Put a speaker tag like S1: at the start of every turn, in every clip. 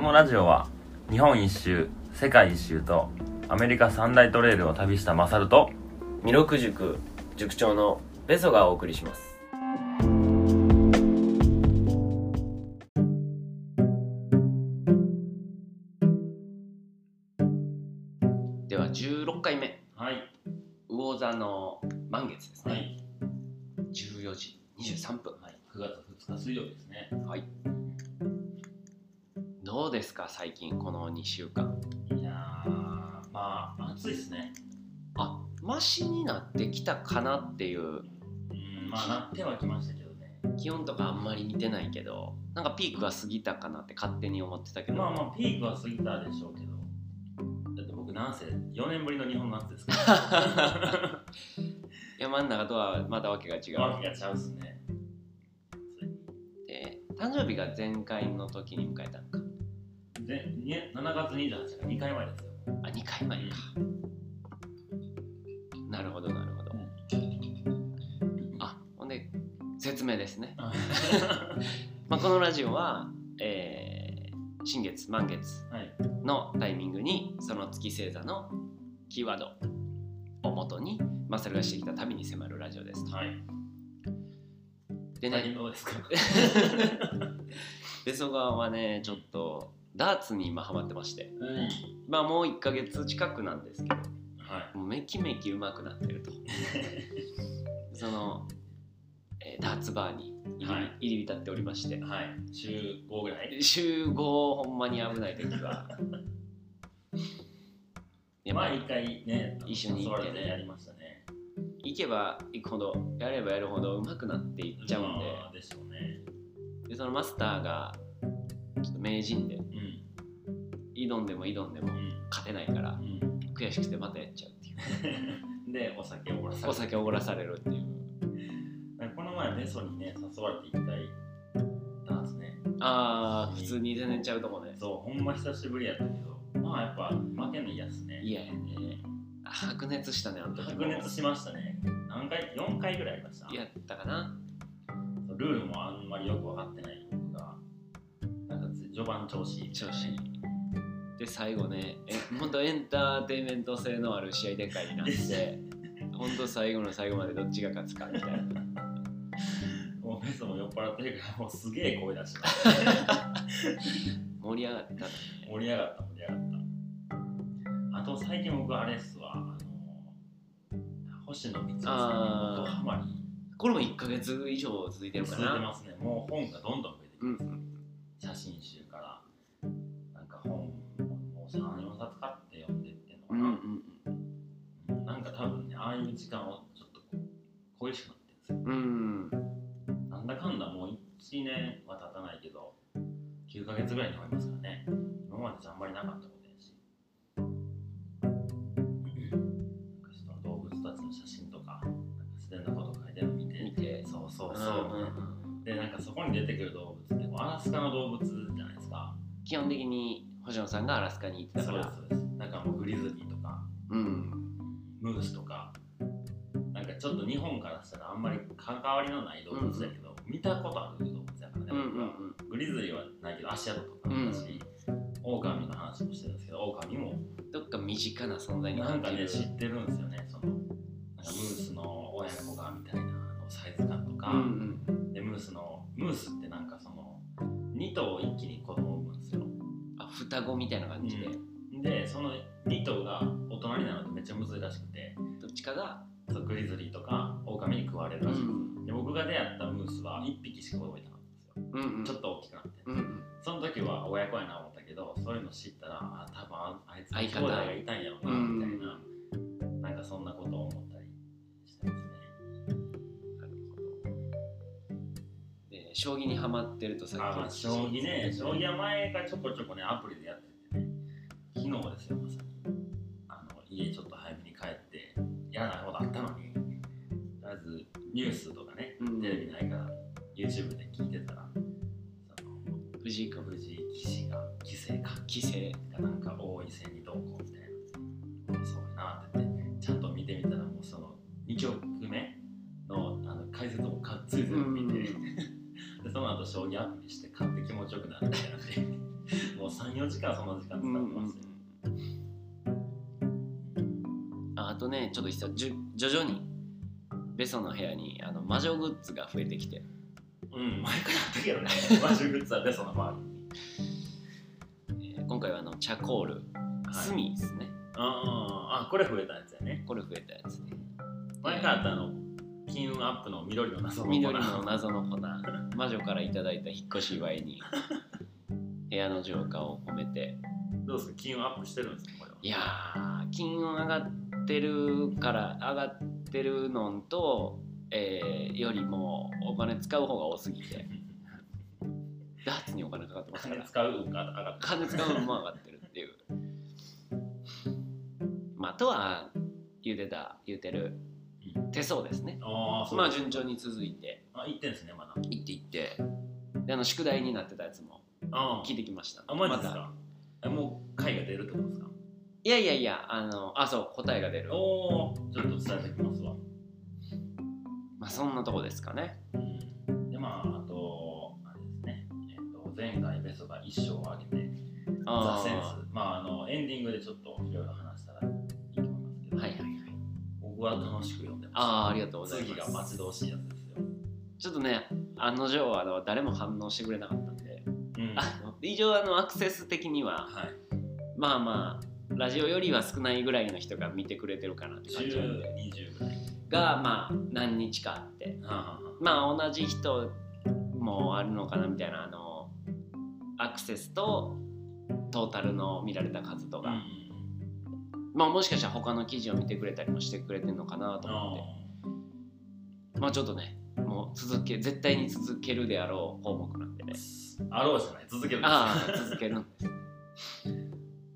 S1: のラジオは日本一周世界一周とアメリカ三大トレイルを旅したマサルと
S2: 弥勒塾塾長のベソがお送りします
S3: では16回目
S1: はい
S3: 魚座の満月ですね、
S1: い
S3: 14時23分、
S1: 9月2日水曜日ですね
S3: どうですか最近この2週間
S1: いやまあ暑いですね
S3: あマシになってきたかなっていう
S1: うんまあなってはきましたけどね
S3: 気温とかあんまり似てないけどなんかピークが過ぎたかなって勝手に思ってたけど、
S1: まあまあピークは過ぎたでしょうけどだって僕なんせ4年ぶりの日本の夏ですか
S3: 山の中とはまたわけが違
S1: ら
S3: う
S1: わけがちゃうっすね
S3: で誕生日が前回の時に迎えたのか
S1: でね7月28日が2回前ですよ
S3: あ2回前か、なるほどなるほど、あほんで説明ですねまあ、このラジオは、えー新月満月
S1: はい
S3: のタイミングにその月星座のキーワードをもとにマサルがしてきた旅に迫るラジオですと。
S1: はい
S3: で
S1: 最近
S3: ね
S1: どう ですか
S3: ベソ川はねちょっとダーツに今ハマってまして
S1: うん
S3: まあもう1ヶ月近くなんですけど
S1: はい
S3: もうめきめき上手くなってるとその、えーダーツバーに入り,、
S1: はい
S3: 入り浸っておりまして
S1: はい週5ぐらい
S3: 集合ほんまに危ない時はいやまあ
S1: 毎回ね
S3: 一緒に
S1: 誘
S3: 行
S1: わ
S3: っ
S1: れ
S3: てね
S1: てやりましたね
S3: 行けば行くほどやればやるほど上手くなっていっちゃうんで,、
S1: まあでしょうね
S3: でそのマスターがちょっと名人で
S1: うん
S3: 挑んでも挑んでも
S1: うん
S3: 勝てないから
S1: うん
S3: 悔しくてまたやっちゃうってい う
S1: でお酒をおごらされ
S3: お
S1: て
S3: 酒おごらされるっていう
S1: この前メソにね誘われて一回ダンスね
S3: ああ普通に全然ちゃうとこね
S1: そう、ほんま久しぶりやったけど、まあやっぱ負けないやつね。
S3: いやいやね白熱したねあの時も
S1: 白熱しましたね。何回 ?4 回ぐらいありました。
S3: やったかな
S1: ルールもあんまりよく分かってない僕が、なんか序盤調子いい、
S3: 調子いいで最後ねえ本当エンターテインメント性のある試合展開になっ
S1: です
S3: て本当最後の最後までどっちが勝つかみたいな
S1: もうベスも酔っ払ってるから、もうすげえ声出して、
S3: 盛り上がったね
S1: 盛り上がった、盛り上がった。あと最近僕あれっすわ、あの、星野光夫さん
S3: あー
S1: とハマり
S3: これも1か月以上続いてる
S1: 続
S3: か
S1: いて
S3: な
S1: ますね。もう本がどんどん増えてき
S3: う
S1: ます。
S3: ん
S1: 写真集からなんか本をもう34冊買って読んでってんのか
S3: うんうん
S1: な、なんか多分ねああいう時間をちょっとこう恋しくなってるんですよ
S3: うんうんうん
S1: なんだかんだもう1年は経たないけど9ヶ月ぐらいに思いますからね今までじゃあんまりなかったことやしなんかその動物たちの写真とかなんか自然なこと書いてるの見て
S3: 見て
S1: そうそう
S3: うん
S1: そう、
S3: うん
S1: でなんかそこに出てくる動物ってこうアラスカの動物じゃないですか
S3: 基本的に星野さんがアラスカに行ってた
S1: そ
S3: か
S1: うです
S3: ら
S1: そうですなんかもうグリズリーとか
S3: うん
S1: ムースとかなんかちょっと日本からしたらあんまり関わりのない動物だけど、見たことある動物だからね、
S3: うんうん
S1: 僕はグリズリーはないけど足跡とかもだし、オオカミの話もしてるんですけどオオカミも
S3: うんどっか身近な存在に
S1: なん
S3: 感
S1: か
S3: じ
S1: ね
S3: る
S1: 知ってるんですよねそのなんかムースの親子がみたいなあのサイズ感とか、
S3: うんうん
S1: でムースのムースってなんかその2頭一気に子供を産むんですよ
S3: あ双子みたいな感じで
S1: うでその2頭が大人になるとめっちゃむずいらしくて
S3: どっちかが
S1: そうグリズリーとかオオカミに食われる
S3: う
S1: らしいんですよ
S3: ん
S1: で僕が出会ったムースは1匹しか動いてなかったんで
S3: うんうん
S1: すよちょっと大きくなって
S3: うんうん
S1: その時は親子やな思ったけどそういうの知ったらあ多分ああいつ
S3: 相
S1: 兄
S3: 方
S1: 弟がいたんやろうな
S3: うん
S1: みたいな、なんかそんなことを思ったりしてますね
S3: なるほどで将棋にはまってるとさっき
S1: あまあ将棋ね将棋は前がちょこちょこねアプリでやっててね昨日ですよまさにあの家ちょっと早めに帰ってやらないことあったのにとりあえずニュースとかね
S3: うん
S1: テレビないから YouTube で聞いてたらその
S3: 藤井君
S1: 藤井棋士が棋聖か
S3: 棋聖
S1: がなんか王位戦にどうこうみたいなそうやなって言ってちゃんと見てみたらもうその2局目のあの解説もかっつり全部見て、
S3: う
S1: でその後将棋アプリして勝って気持ちよくなるみたいなんでもう34時間その時間使ってましたよ、
S3: ああとねちょっと実はじゅ徐々にベソの部屋にあの魔女グッズが増えてきて
S1: うん、前からあったけどね、マジグッズはベソの周
S3: えー今回はあのチャコール、
S1: りに。
S3: 炭
S1: い、
S3: ですね
S1: あーあ、これ増えたやつやね。
S3: これ増えたやつで
S1: 前からあったあの、金運アップの緑の謎の粉
S3: 緑の謎の粉魔女からいただいた引っ越し祝いに 部屋の浄化を褒めて
S1: どうですか、金運アップしてるんですか、これは。
S3: いやー金運上がってるから上がってるのと、えーよりもお金使う方が多すぎてダーツにお金かかってますか
S1: 金
S3: ら
S1: 使う運が上がった。
S3: 金使うのも上がってるっていう、まあ、あとは言うてた言うてる手相ですね
S1: ああ、そう
S3: まあ順調に続いて
S1: あ、言ってんですね、まだ。
S3: 行って行ってであの宿題になってたやつも
S1: あ
S3: 聞いてきました
S1: あ、マジです
S3: また
S1: か。えもう、回が出るってことですか。
S3: いやいやいやあのあそう答えが出る
S1: おお、ちょっと伝えておきますわ。
S3: まあそんなとこですかね
S1: うん、で、まあ、あと、あれですね、えっと、前回ベソが一生をあげて、ザ・
S3: あ
S1: センス、まあ、あのエンディングでちょっといろいろ話したらいいと思いますけど、
S3: はいはいはい
S1: 僕は楽しく読んでました。
S3: あーありがとうござい
S1: 次が
S3: ま
S1: 待
S3: す
S1: ち遠しいやつですよ。
S3: ちょっとね案の定あの誰も反応してくれなかったんで
S1: うん、は、
S3: あの以上あのアクセス的にはい まあまあラジオよりは少ないぐらいの人が見てくれてるかなって感じなん
S1: 10
S3: で、
S1: 20ぐらい。
S3: がまあ何日かあって
S1: あ
S3: まあ同じ人もあるのかなみたいなあのアクセスとトータルの見られた数と
S1: あ、う
S3: か、
S1: ん、
S3: まあもしかしたら他の記事を見てくれたりもしてくれてるのかなと思って
S1: あ
S3: まあちょっとねもう続け絶対に続けるであろう項目なんでね
S1: ーあろうじゃない、続けるんです
S3: ああ続ける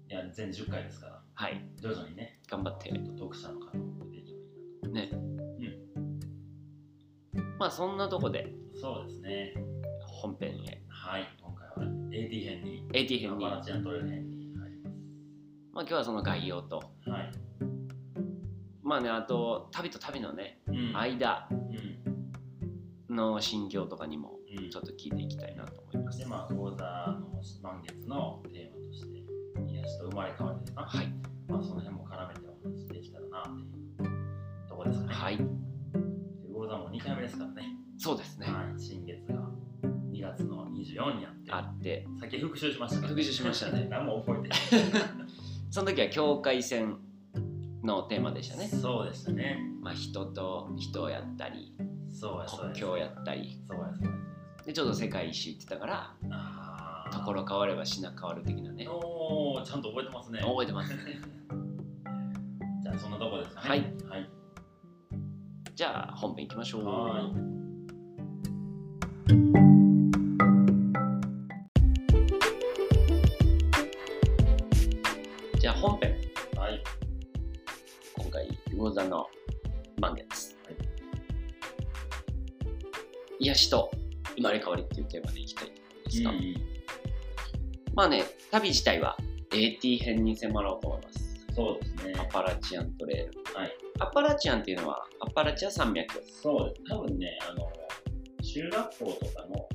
S1: いや、全10回ですから、
S3: はい
S1: 徐々にね、
S3: 頑張って
S1: ちょっと読者の方も出ていけばいいな
S3: ねまあそんなとこで
S1: と。そうですね。
S3: 本編へ
S1: はい、今回は AT 編に、
S3: AT
S1: ア
S3: 編に
S1: パラチアントレル編に入りま
S3: まあ今日はその概要と
S1: す。はい。
S3: まあねあと旅と旅のね
S1: うん、
S3: 間
S1: うん、
S3: の心境とかにも
S1: うん。
S3: ちょっと聞いていきたいなと思います
S1: で、まあ、講座の満月のテーマとして、癒しと生まれ変わりですか、
S3: はい、
S1: まあ、その辺も絡めてお話できたらなっていうとこですかね。
S3: はい
S1: で講座も2回目ですからね、
S3: そうですね
S1: はい、新月が2月の24にあって、
S3: あって
S1: さっき復習しました
S3: 復習しました ね
S1: 何も覚えて
S3: その時は境界線のテーマでした
S1: ない。
S3: ね
S1: そうでしたね。
S3: まあ、人と人をやったり
S1: そうや、そう
S3: 国
S1: や。
S3: 境をやったり
S1: そうや、そうや。
S3: でちょうど世界一周って言ったから
S1: あー
S3: ところ変われば品変わる的なね
S1: おーちゃんと覚えてますね。
S3: 覚えてます
S1: じゃあ、そんなとこですかね。
S3: はい
S1: はい
S3: じゃあ本編いきましょう
S1: は
S3: じゃあ本編
S1: はい。
S3: 今回魚座の満月、
S1: はい
S3: 癒しと生まれ変わりっていうテーマでいきたいと思いますが、
S1: うんうん
S3: まあね旅自体は AT 編に迫ろうと思います
S1: そうですね。
S3: アパラチアントレール、
S1: はい
S3: アパラチアンっていうのはアパラチア山脈です
S1: そうです。多分ね、あの、中学校とかの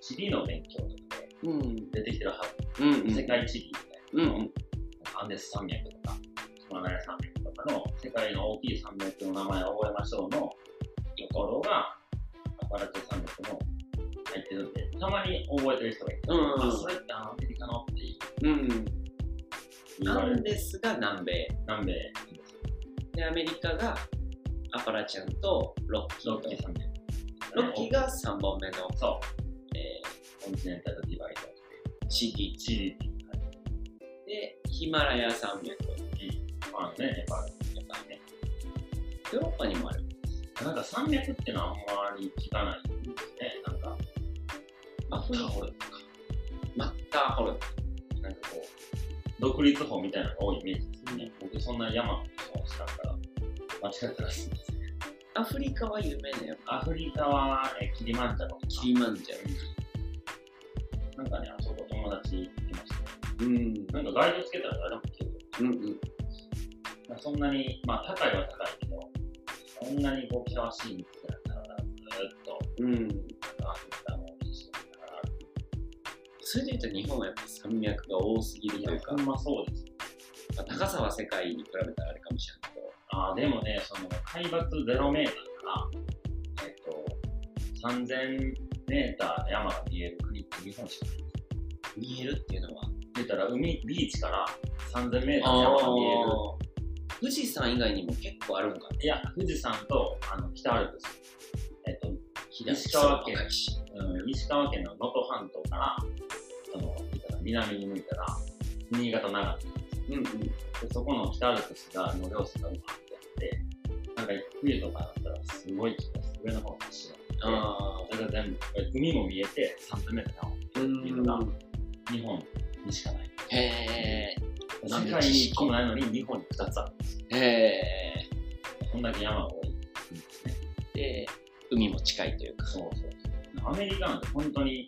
S1: 地理の勉強とか
S3: うん
S1: で出てきてるは
S3: うん
S1: ず、世界地理み
S3: うん
S1: たいな、
S3: うん
S1: アンデス山脈とか、ヒマラヤ山脈とかの世界の大きい山脈の名前を覚えましょうのところが、アパラチア山脈の入ってるんで、たまに覚えてる人がいて、
S3: うんうん
S1: あ、それってあのアメリカのって
S3: うん
S1: 言わ
S3: な
S1: れ
S3: ん
S1: る。
S3: ですが南米
S1: なんで、
S3: でアメリカがアパラチアンとロッキ
S1: ロ
S3: ー
S1: ッキー
S3: と
S1: 山脈。
S3: ロッキーが3本目の、
S1: そ
S3: え
S1: う、コンチネンタルディバイド。
S3: ー、地域
S1: 地理って言ったり
S3: でヒマラヤ山脈
S1: まあね、ネパール
S3: やっぱねヨーロッパにもある
S1: なんか山脈ってのはあんまり聞かないですね。なんか、
S3: マッターホルンとかマッターホルン
S1: なんかこう、独立法みたいなのが多いイメージですね。僕そんな山のことを知らんから、間違ってないです。
S3: アフリカは有名なよ
S1: アフリカは、えキリマンジャロとか。
S3: キリマンジャ
S1: なんかね、あそこ友達いましたね。
S3: ロうん
S1: なんかガイドつけたら誰も聞ける。
S3: うんうん
S1: まあ、そんなに、まあ高いは高いけど、そんなにこう、険しい道だから、ずーっと、
S3: うん
S1: なんかアフリカの景色を見ながら歩いて
S3: それで言うと日本はやっぱ山脈が多すぎるというか、
S1: ほんまそうです。
S3: まあ高さは世界に比べたらあれかもしれないけど、
S1: あーでもね、その海抜0メーターから、えっと、3000メーターの山が見える国って日本しかない。
S3: 見えるっていうのは、
S1: 言ったら海、ビーチから3000メーターの山が見える。
S3: あー富士山以外にも結構あるんかな。
S1: いや、富士山とあの北アルプス。えっと、石川県、
S3: 石
S1: うん、石川県の能登半島から、その、言ったら南に向いたら、新潟、長野。
S3: うんうん。
S1: でそこの北アルプスがの漁師がうまくやって、なんか冬とかだったらすごい気がする。上の方走る。
S3: あ
S1: それが全部、海も見えて3 0メート
S3: あ、うん
S1: いうのが日本にしかない。
S3: へ
S1: 世界に1個もないのに日本に2つある。
S3: え、へえ。
S1: こんだけ山が多い国ですね。
S3: で、海も近いというか。
S1: そうそうそう。アメリカなんて本当に、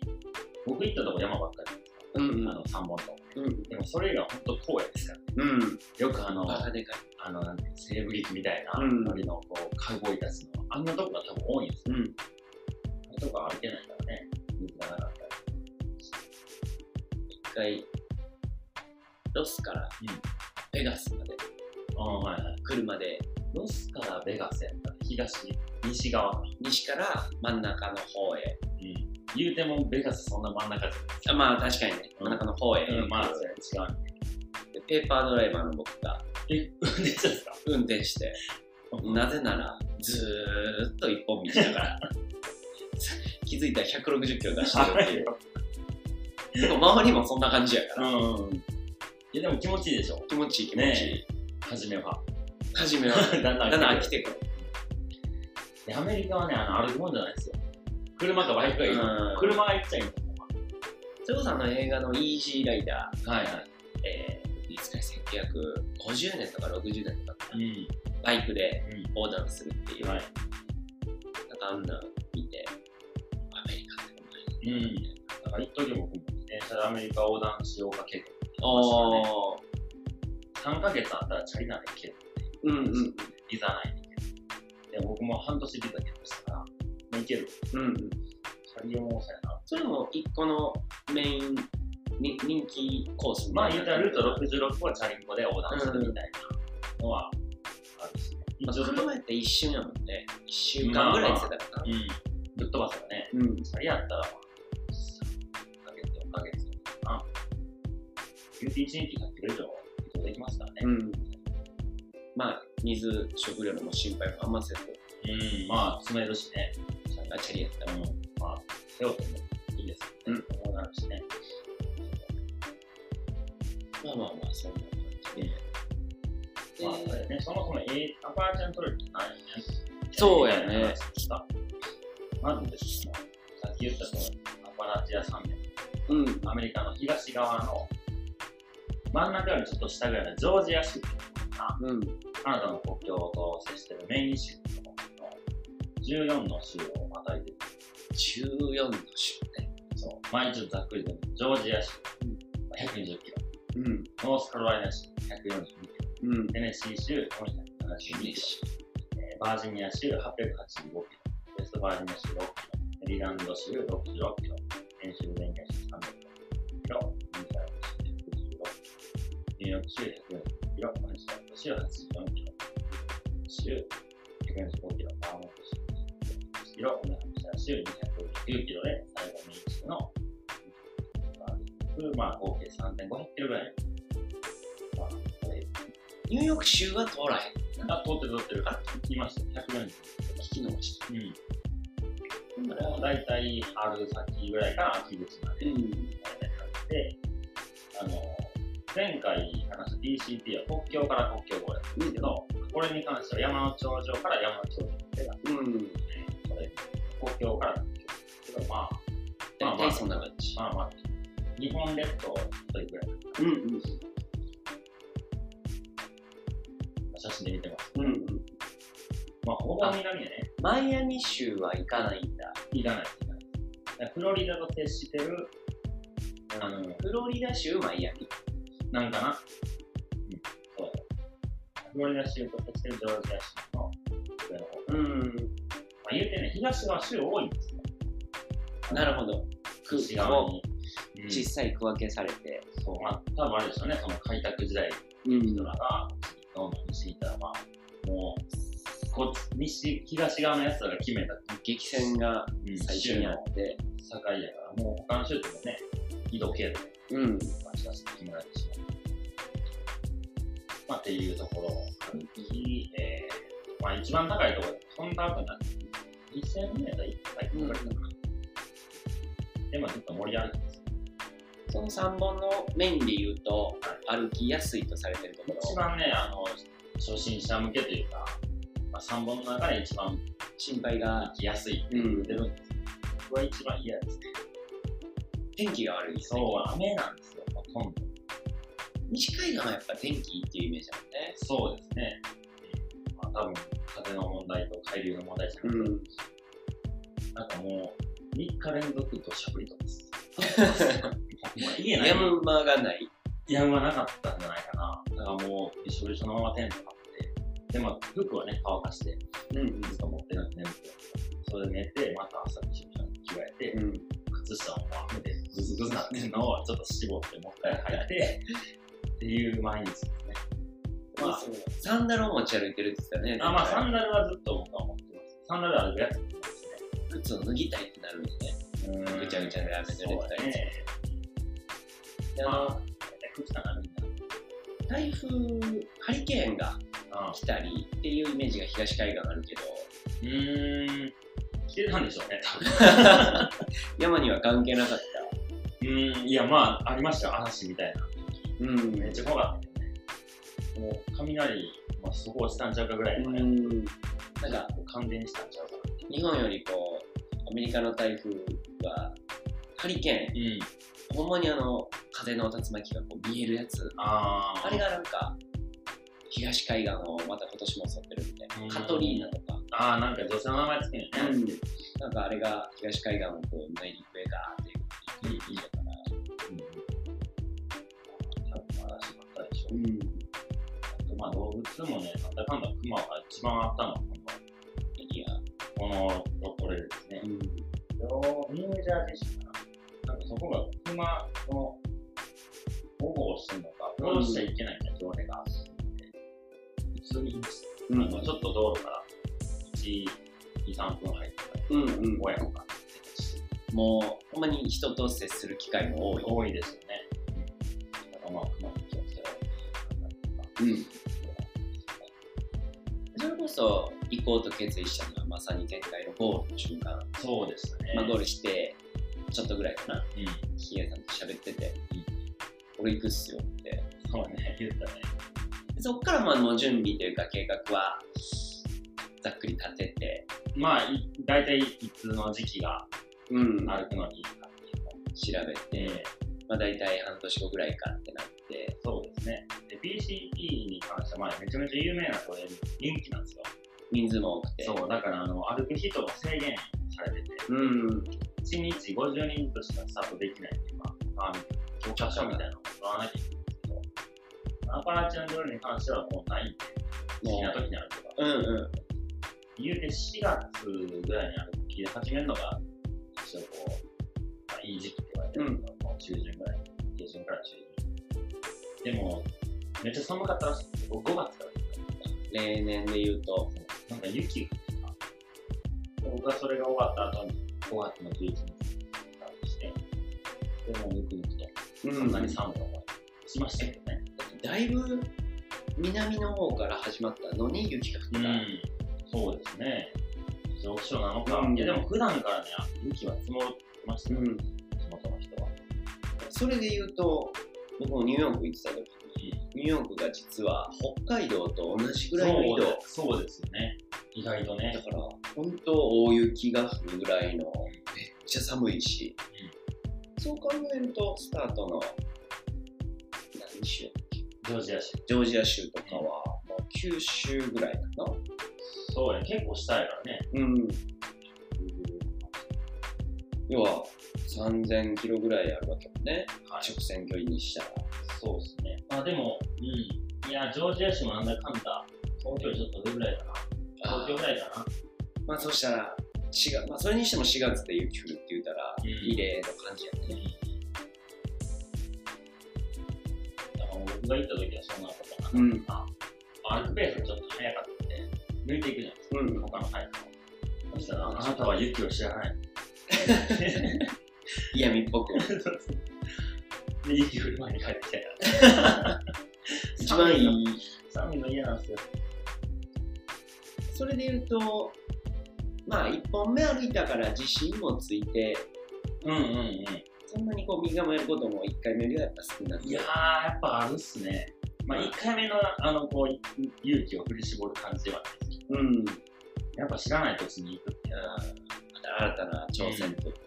S1: 僕行ったとこ山ばっかりです
S3: うんう
S1: あの、3本とも。
S3: うん。
S1: でもそれ以外は本当荒野ですからね。
S3: うん。
S1: よくあの、
S3: バカでかい。
S1: あの、なんていうの西部劇みたいな
S3: うん
S1: ノリのこうカウボーイたちの、あんなとこが多分多いんですよ
S3: うん。
S1: とか歩けないからね、水がなかったり。
S3: 一回、ロスから
S1: うん、
S3: ベガスまで、
S1: ああ、はいはい。
S3: 車で、
S1: ロスからベガスやったら東、西側から。
S3: 西から真ん中の方へ。
S1: うん。言うてもベガスそんな真ん中じ
S3: あまあ確かにね、
S1: うん
S3: 真ん中の方へ。
S1: ゃない。うん、まあ、それ違う。
S3: でペーパードライバーの僕が
S1: え、運転手ですか
S3: 運転して、なぜなら、ずーっと一本道だから。 気づいたら160キロ出してるっていう。で も周りもそんな感じやから。
S1: うん。いや、でも気持ちいいでしょ。
S3: 気持ちいい気持ちいい。
S1: 初めは。
S3: 初めは、
S1: だんだん
S3: だんだん飽きてくる。
S1: でアメリカはね、あの歩くもんじゃないですよ。車かバイクがいい。
S3: うん
S1: 車が行っちゃいい
S3: それこそあの映画の「イージーライダ
S1: の。はいはい。
S3: ー」えー、いつか1950年とか60年とか
S1: うん。
S3: バイクで
S1: うん
S3: 横断するっていう、
S1: はい
S3: なんかあんなの見てアメリカって
S1: うん。だから一時僕も自転車でアメリカ横断しようか計
S3: おお
S1: 画。3ヶ月あったらチャリなんで計画
S3: うんうん
S1: ビザ内に行ける。で、僕も半年ビザゲットしたから、もう行ける。
S3: うんうん
S1: キャリアもさやな。
S3: それも一個のメインに人気コースみ
S1: まあ
S3: い
S1: 言う
S3: な
S1: たらルート66はチャリンコで横断するみたいなのはあるしね。
S3: まあ
S1: ちょっと、うん。
S3: 車やって一瞬やもんね一週間ぐらいしてたかな、
S1: ぶっ飛ばすよね。
S3: うん
S1: チャリやったら、まあ、3ヶ月、4ヶ月かな。言うて1日100キロ以上移動できますからね。
S3: うんまあ水食料のも心配もあんませず
S1: うん、まあ詰めるしね。チャリ
S3: あチャリやったら
S1: うん。まあ、背負ってもいいですよね。こうなるしね。
S3: まあまあまあそんな感じで
S1: まあ、あれね、そもそも、えー、アパーチャントレってないね。
S3: そうやね。
S1: まずですね、さっき言ったとおり、アパラチア山脈、
S3: うん
S1: アメリカの東側の真ん中よりちょっと下ぐらいのジョージア州、
S3: うん
S1: カナダの国境と接しているメイン州の14の州をまたいでる、
S3: 14の州ね
S1: そう、毎日ざっくりでジョージア州、
S3: うん
S1: 120キ
S3: うん
S1: ロ、ノースカロライナ州、142キロ、
S3: うん
S1: テネシー州、472キロ。えーバージニア州885キロ、ウェストバージニア州6キロ、メリーランド州66キロ、ペンシルベニア州300キロ、ミシガン州156キロ、ニューヨーク州140キロ、マンシャット州84キロ、州145キロ、バーモント州1キロ、ニューハンプシャー州259キロで、最後に一の、まあ、合計3500キロぐらい。まあ、これ、
S3: ニューヨーク州は通らへん
S1: あ、通ってる通ってる。あ、聞きました。140キロ。
S3: 聞き逃し
S1: うん。
S3: ただから
S1: だいたい春先ぐらいから秋口まで
S3: う
S1: み
S3: ん
S1: たいな感じで、あの、前回話した DCT は国境から国境越えなんですけど、これに関しては山の頂上から山の頂上までが、
S3: うん
S1: これ、国境から国境ですけど、まあ、まあま
S3: 大
S1: あ
S3: 体そんな感じ
S1: まあまあ、日本列島というぐらい、
S3: うんうん
S1: 写真で見てます。
S3: うんうん
S1: まあ、ほぼ南やね、
S3: マイアミ州は行かないんだ
S1: 行かないです行かないです。フロリダと接してる、あの、
S3: フロリダ州マイアミ
S1: なんかな。うん、そうだよ。フロリダ州とそしてジョージア州の上の方。ま
S3: うん
S1: あ、言うてね、東は州多いんですよ。
S3: なるほど
S1: 西側に。うん
S3: 小さい区分けされて、
S1: そうまあ、多分あれですよね、その開拓時代
S3: う
S1: の
S3: ん
S1: 人らが、どんどん西に行ったら、まあ、もう、こっち、西、東側のやつらが決めた、
S3: 激戦が
S1: うん、
S3: 最
S1: 最
S3: 初
S1: 終
S3: に
S1: の
S3: あって、
S1: 境やから、もう他の州ってもね、緯度経度
S3: うん、
S1: まあ、しかし決められてしまう。まあ、っていうところもあるし、えー、まあ、一番高いところで飛んだ後になって、2000メーターいっぱいかれたかな。で、まあ、ずっと盛り上がるんですよ
S3: その3本の面で言うと歩きやすいとされてるとこ
S1: 一
S3: ろ
S1: 番ね、あの、初心者向けというか、まあ、3本の中で一番
S3: 心配が
S1: 行、きやすいって
S3: うん
S1: 出、てるんですよ。僕は一番嫌ですね。
S3: 天気が悪いですね
S1: そう、雨なんですよ、ほとんど。
S3: 西海岸はやっぱ天気いいっていうイメージだもんね
S1: そうですね。まあ、多分、風の問題と海流の問題じゃなくて、
S3: ん
S1: なんかもう、3日連続土砂降りとかです。もう家ない
S3: やむ間がない
S1: やむはなかったんじゃないかな。だからもう、びしょびしょのままテント買って、で、まあ、服はね、乾かして、
S3: うん
S1: ずっと持ってなくて眠くて、それで寝て、また朝びしょびしょに着替えて、
S3: うん
S1: 靴下も雨でぐずぐずなってるのをちょっと絞って、もう一回履いて、っていう毎日ですね。まあ、
S3: サンダルを持ち歩いてるって言ってたね
S1: あまあ、サ
S3: ン
S1: ンダルはずっと僕は持ってます。サンダルはあるやつもですね。
S3: 靴を脱ぎたいってなるんでね
S1: うん
S3: ぐちゃぐちゃで雨濡れてたり
S1: そうね。
S3: であ
S1: ま
S3: の
S1: あ、靴下がみんな。
S3: 台風ハリケーンが
S1: あ
S3: 来たりっていうイメージが東海岸ある けど
S1: うーん。来てたんでしょうね、多分。
S3: 山には関係なかった
S1: うーん、いや、まあ、ありましたよ、嵐みたいな。
S3: うん
S1: めっちゃ怖かったよね。もう、雷、まあ、そこ落ちたんちゃうかぐらいまで、
S3: うんなんか
S1: 感電したんちゃうかな。
S3: 日本よりこうアメリカの台風はハリケ
S1: うん。
S3: ーンほんまにあの風の竜巻がこう見えるやつ
S1: あー。
S3: あれがなんか東海岸をまた今年も襲ってるみたい
S1: うん
S3: なカトリーナとか、
S1: あー、なんか女性の名前つけるね。
S3: なんかあれが東海岸をこう内陸へガーって行くっていうイメージだから、
S1: 多分嵐ばっかりでしょ。
S3: うん、
S1: あとまあ、動物もね、なんだかんだ熊が一番あったのは、
S3: いや、
S1: この、この、これですね。
S3: うん、
S1: ニュージャージー州かな。なんかそこが熊の保護をしてるのか、保護しちゃいけないみたいな条例があって、普通に、
S3: うん、
S1: あのちょっと道路から1、2、3分入ってたら、
S3: うん、うん、
S1: 親子が出てたりして
S3: もうほんまに人と接する機会も多い、
S1: 多いですよね。だからまあ、熊に気をつけられてるか
S3: うん、それこそ行こうと決意したのはまさに前回のゴールの瞬間、
S1: なそうでしたね。
S3: まあ、ゴールしてちょっとぐらいかな
S1: うん。
S3: ヒゲさんと喋ってて、
S1: うん
S3: 俺行くっすよって
S1: そうね、言ったね。
S3: でそっからまあもう準備というか計画はざっくり立てて、
S1: まあ、い大体いつの時期が
S3: うん
S1: 歩くのにいいかっていうのを
S3: 調べ
S1: 見て
S3: て、まあ、大体半年後ぐらいかってなって、
S1: そうですね。で、BCP に関しては、まあ、めちゃめちゃ有名なトレーニング、人気なんですよ。
S3: 人数も多くて。
S1: そう、だから、あの、歩く人が制限されてて、
S3: うん。
S1: 1日50人としかスタートできないっていうか、まあ、教科書みたいなのを取らなきゃいけないんですけど、アパラチアンドルに関してはもうないんで、好きな時に歩けば。
S3: うんうん。
S1: 言うて4月ぐらいに歩き始めるのが、一応こう、まあ、いい時期って言われてるのが、もう中旬ぐらい、下旬から中旬。でも、めっちゃ寒かったらしいんですよ。5月からですよ
S3: 例年で言うと、
S1: なんか雪が降ってた。で僕はそれが終わった後に、5月の11日にスタートして、でもうぬくぬくと、
S3: う
S1: そんなに寒い思いしましたけどね。
S3: だいぶ南の方から始まったのに雪が降ってた。。
S1: そうですね。上昇なのか。
S3: うん
S1: いや、でも普段からね、雪は積もってましたよ、
S3: うん
S1: 地元の人は。
S3: それで言うと、僕もニューヨーク行ってた時に、ニューヨークが実は北海道と同じぐらいの緯度。
S1: そうそうですよね。意外とね
S3: だ。から、本当大雪が降るぐらいの、めっちゃ寒いし、そう考えると、スタートの、何州
S1: ジョージア州。
S3: ジョージア州とかは、もう九州ぐらいかな。
S1: そうや、結構下やからね。
S3: うん。要は、3000キロぐらいあるわけよね。
S1: はい
S3: 直線距離にしたら。
S1: そうですね。まあでも、うん。いや、ジョージア州もなんだかんだ、東京よりちょっと上ぐらいかな。東京ぐらいかな。
S3: まあ、そうしたら、4月、まあ、それにしても4月で雪降るって言ったら、
S1: うん
S3: 異例の感じやね。
S1: 僕が行った時はそんなことなかった、
S3: うん
S1: 歩くペースがちょっと早かったんで、抜いていくじゃないですか、
S3: うん
S1: 他のタイプを。そしたら、あなたは雪を知らない。
S3: 嫌味っぽく
S1: で、雪降る前に帰ってきたから。
S3: 一番いい
S1: 寒いの嫌なんですよ。
S3: それで言うとまあ1本目歩いたから自信もついて
S1: うんうんうん。
S3: そんなにこう右側やることも1回目よりはやっぱ少なく
S1: いやー、やっぱあるっすね。まあ、1回目の、あの、こう、勇気を振り絞る感じではないですけど、
S3: うん
S1: やっぱ知らない土地に行くっていうのは
S3: 新たな挑戦というか、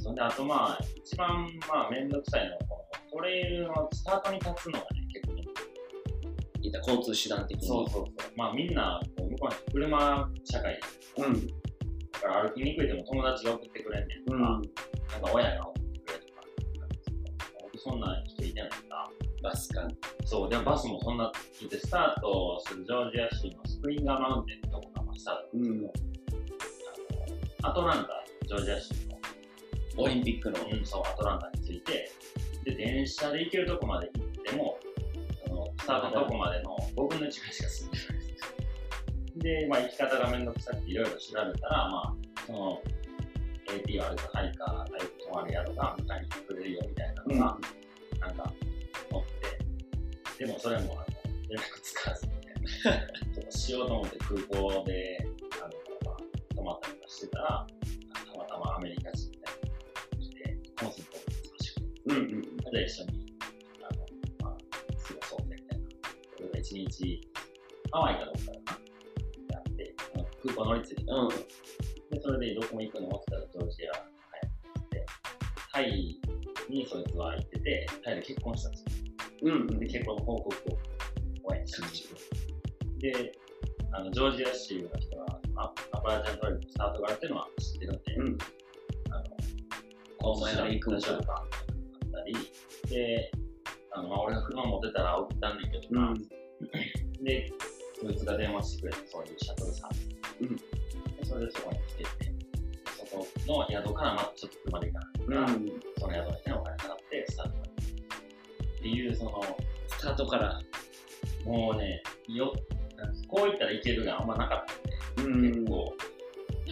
S1: それであとまあ一番まあ面倒くさいのはこのトレイルのスタートに立つのがね結構ね
S3: 言ったら交通手段的に
S1: そうまあみんなこう向こうの人車社会
S3: うんうん
S1: だから歩きにくいでも友達が送ってくれんねんとか、なんか親が送ってくれとかなんか僕そんな人いてないから
S3: バスか
S1: そうでもバスもそんな聞いてスタートするジョージア州のスプリンガーマウンテンってとこがまあスタートなんですけど、あのアトランタジョージア州の
S3: オリンピックの
S1: うん、そう、アトランタに着いて、で、電車で行けるとこまで行っても、そのスタートのとこまでの5分の1ぐらいしか進んでないです。で、まあ、行き方がめんどくさくていろいろ調べたら、まあ、その、AP はあるか、ハイカー、タイプ泊まる宿が迎えに来てくれるよみたいなのが、なんか、載って、でもそれも、あの、連絡つかずみたいな。ちょっとしようと思って空港で、あの、まあ、泊まったりとかしてたら、たまたまアメリカ人みたいな。来て、コンセプトを少し
S3: うんうん
S1: じゃあ一緒に、あの、まあ、過ごそうぜみたいな。それが一日、ハワイかどうかかなやって、あの空港乗り継いで、
S3: うん
S1: で、それでどこも行くのって言ったらジョージア、はい、って、タイにそいつは行ってて、タイで結婚したんですよ。
S3: うん
S1: で、結婚の報告を応援しました。で、あの、ジョージア州の人は、アアパラチャントレイルのスタートからっていうのは知ってるんで、
S3: うん
S1: あの、
S3: お前ら行くん
S1: で
S3: だ
S1: しょうかあったり、で、あの、まあ、俺が車持ってたら送ったんだけどな、で、そいつが電話してくれて、そういうシャトルサービス。
S3: うん
S1: でそれでそこに来てて、そこの宿からまたちょっと車で行かないから、
S3: うん
S1: その宿にね、お金払って、スタートまで。っていう、その、
S3: スタートから
S1: もうね、よこういったらいけるがあんまなかったんで、
S3: うん
S1: 結構、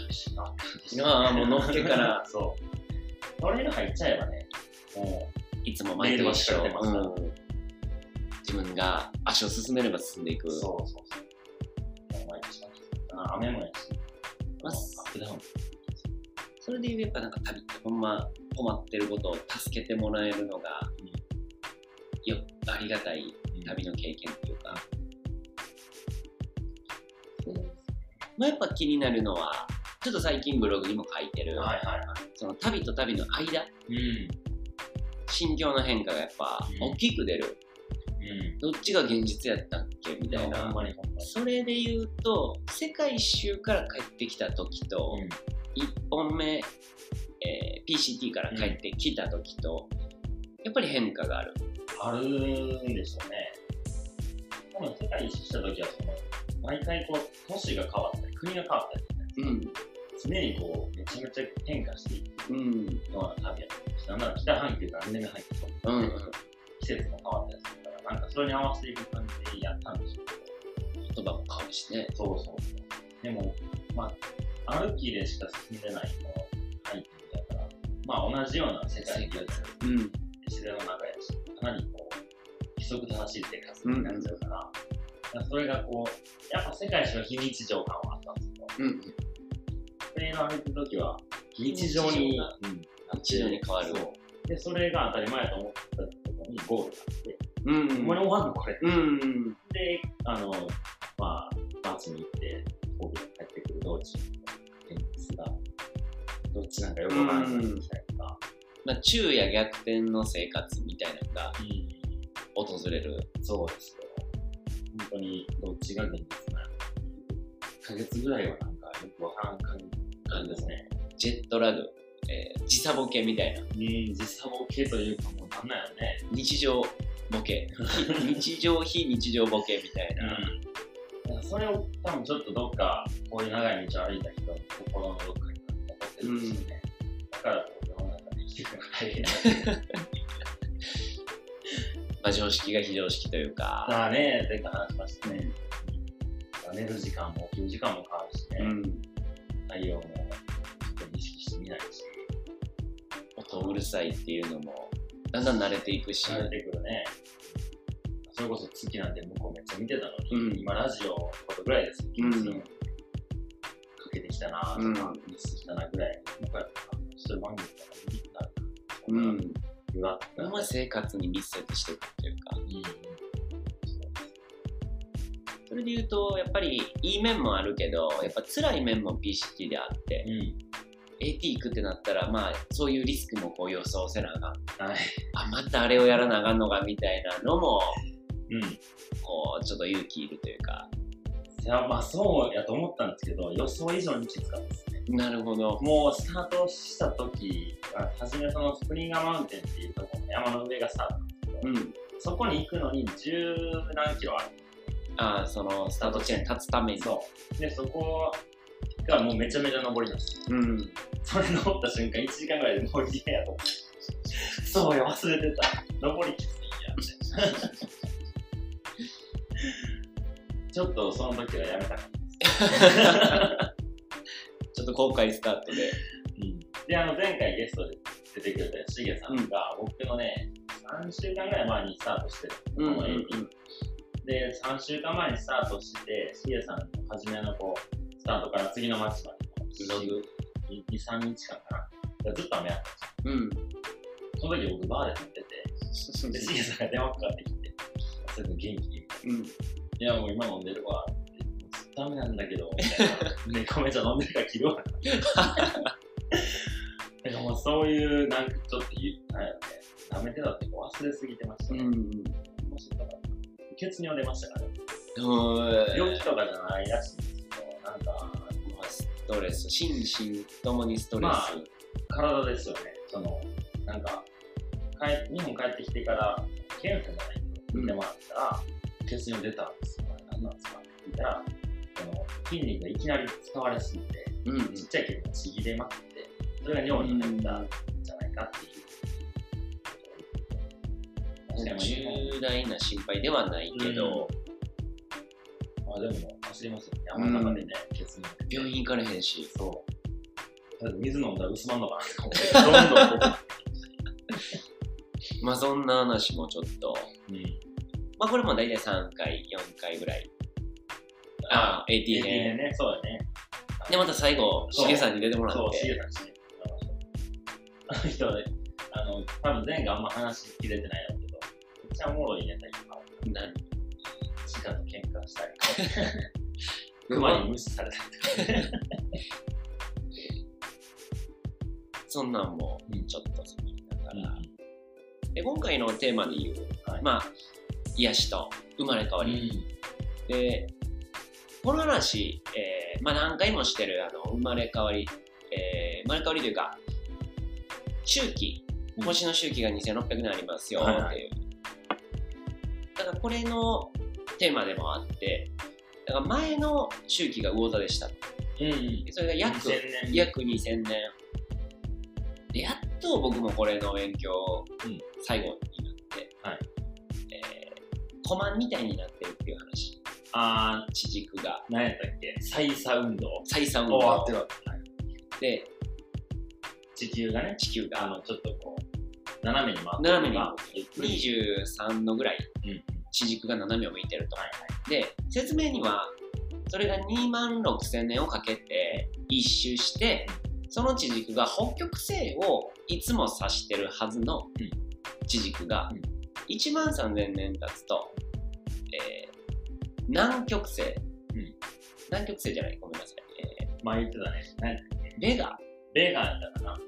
S1: タクシーの感じ
S3: ああもう乗ってから、
S1: そう。トレイル入っちゃえばね、も
S3: いつも毎
S1: レール
S3: 回
S1: は
S3: 一
S1: 敷か
S3: 緒、
S1: れてますから
S3: うん自分が足を進めれば進んでいく
S1: う、そうそうそう。もう毎日毎日あ雨もやし、
S3: まあ
S1: アップダウン。
S3: それで言えばなんか旅ってほんま困ってることを助けてもらえるのが、よありがたい旅の経験というか、まあ、やっぱ気になるのはちょっと最近ブログにも書いてる、
S1: はいはいは
S3: その旅と旅の間
S1: い。
S3: 心境の変化がやっぱ
S1: うん
S3: 大きく出る、
S1: うん。うん。
S3: どっちが現実やったっけみ
S1: み
S3: たい
S1: ほ、
S3: なん
S1: まにほんまに。
S3: それで言うと世界一周から帰ってきた時と、
S1: うん
S3: 1本目、えー PCT から帰ってきた時と、やっぱり変化がある
S1: あるんでしょうね。多分世界一周した時はその、毎回こう、都市が変わったり、国が変わったりとかね、
S3: うん
S1: 常にこう、めちゃめちゃ変化していく。
S3: うん
S1: ような旅やったりしてなんなら北半球から南半球と
S3: うんうん
S1: 季節も変わったりするから、なんかそれに合わせていく感じでやったんでしょうけ
S3: 言葉も変わるしね
S1: ど、そうそうそう。でも、まあ、歩きでしか進んでないこのハイキングだから、まあ同じような世界で
S3: うん
S1: 自然の中やし、かなりこう、規則正しい生活になっちゃうから、だからそれがこう、やっぱ世界一の非日常感はあったんですけど、
S3: うん
S1: トレイル歩くときは、非日常になって、
S3: 日常に変わる
S1: そうで、それが当たり前やと思ってたところにゴールがあって、
S3: うんう
S1: ほんまに終わんのこれ。
S3: んうん
S1: で、あの、まあ、バスに行って、飛行機で帰ってくる道中、天気が、どっちなんかよくわからなくなってきたりとか、
S3: まあ、昼夜逆転の生活みたいなのが訪れる
S1: そうですよ。本当に、どっちが現実なのか1ヶ月ぐらいはなんかよくわからん感じですね。
S3: ジェットラグ、えー時差ボケみたいな
S1: うん、実際も OK というか、もうなんなんやろね。
S3: 日常ボ ケ日常非日常ボケみたいな、
S1: うん、それを多分ちょっとどっかこういう長い道を歩いた人の心のどっかに残ってるんですよね、だからこう世の中で生きるのが大変だ
S3: まあ、常識が非常識という か、
S1: まあね、前回話しましたね。寝る時間も起きる時間も変わるしね、
S3: うん、
S1: 内容もちょっと意識してみないし、
S3: 音うるさいっていうのもだんだん慣れていくし、
S1: 慣れてくるね。それこそ月なんて向こうめっちゃ見てたのに、
S3: うん
S1: 今ラジオのことぐらいですよ、
S3: うん
S1: かけてきたなとか、
S3: うん
S1: ミスしたなぐらい、僕はそういう番組とか見てたら、
S3: う
S1: なん
S3: ん
S1: か、うわって
S3: ほんま生活に密接していくというかそれで言うとやっぱりいい面もあるけどやっぱ辛い面も美意識であって
S1: うん、
S3: AT 行くってなったらまあそういうリスクもこう予想せなあかん
S1: はい、
S3: あまたあれをやらなあかんのかみたいなのも
S1: うん。
S3: こうちょっと勇気いるというか
S1: いや、まあそうやと思ったんですけど、予想以上にきつかったですね。
S3: なるほど
S1: もうスタートした時あ初めそのスプリンガーマウンテンっていうところの山の上がスタートなんですけど、
S3: うん
S1: そこに行くのに十何キロある
S3: ああそのスタート地点に立つために
S1: そうでそこがもうめちゃめちゃ登りました
S3: うん
S1: それ登った瞬間1時間ぐらいで登りでやと思ってそうよ忘れてた登りきついやみたいな ちょっとその時はやめたかったです
S3: ちょっと後悔スタートで
S1: で、あの、前回ゲストで出てくれたしげさんが、僕のね、3週間ぐらい前にスタートしてる。
S3: うんうん
S1: この
S3: う
S1: AP
S3: ん
S1: で、3週間前にスタートして、しげさんの初めのこう、スタートから次のマッチまでの、
S3: ログ
S1: 2、3日間かな。ずっと雨やったんです
S3: うん
S1: よその時僕バーで撮ってて、で、しげさんが電話かかってきて、ちょっと元気い
S3: うん
S1: や、もう今飲んでるわ。ってもうずっと雨なんだけど、みたい な。ね、米ちゃん飲んでるから切るわ。なんかもうそういう、なんかちょっと言う、なんやろね、舐めてたっていうか忘れすぎてました
S3: う
S1: ね。
S3: ん
S1: もしかしたら血尿出ましたから、ね
S3: うん
S1: 病気とかじゃないらしいんですけど、なんか、
S3: まあストレス心身ともにストレス、
S1: まあ体ですよね。その、なんか、帰日本帰ってきてから、検査じゃないけど、見てもらったら、血尿出たんですよ。何なんですかって聞いたら、その筋肉がいきなり使われすぎて、
S3: うんうん
S1: ちっちゃい毛がちぎれまくって、それが尿に入ったんじゃないかっていう。確かに日本
S3: 重大な心配ではないけど、
S1: まあでも走りますよね。山の中でね、血尿出て
S3: 病院行かれへんし
S1: そう。とりあえず水飲んだら薄まんのかなと思って、どんどんこ
S3: まあそんな話もちょっと
S1: う。うん。
S3: まあこれも大体3回4回ぐらいあ
S1: あ
S3: あ AT
S1: いい
S3: 編
S1: ね、そうだね。
S3: でまた最後
S1: そう
S3: しげさんに出てもらっ
S1: そう、シ
S3: て
S1: ゲさんしね。あの人ね、あの、多分前があんま話しきれてないやろうけど、めっちゃおもろいネタいっぱいある
S3: なる
S1: シカと喧嘩したりとか、熊に無視されたり
S3: そんなんも
S1: うん
S3: ちょっとそのだから、
S1: とか。
S3: で今回のテーマで言う、
S1: はい
S3: まあ癒しと生まれ変わり、でこの話、えーまあ、何回もしてるあの生まれ変わり、えー生まれ変わりというか周期
S1: うん
S3: 星の周期が2600年ありますよっていう、
S1: はいはい
S3: だからこれのテーマでもあってだから前の周期が魚座でした
S1: うん。うん。
S3: でそれが約
S1: 2000年
S3: 約2000年でやっと僕もこれの勉強を
S1: うん
S3: 最後になって、
S1: はい
S3: えー、コマンみたいになってるっていう話
S1: あ
S3: 地軸が
S1: ー、何やったっけ再差運動。
S3: 採算
S1: お
S3: 運動
S1: てる
S3: で
S1: 地球がね、
S3: 地球
S1: あ
S3: が
S1: の、ちょっとこう、斜めに回って
S3: 斜めに
S1: に。
S3: 23度ぐらい
S1: うん。
S3: 地軸が斜めを向いてると
S1: はいは
S3: で説明にはそれが2万6000年をかけて一周してその地軸が北極星をいつも指してるはずの
S1: うん
S3: 地軸が
S1: うん
S3: 1万3000年経つと、えー南極星、
S1: ん
S3: 南極星じゃないごめんなさい、え
S1: い。まあ言ってたね。何
S3: ーベガ
S1: ベガやったかな。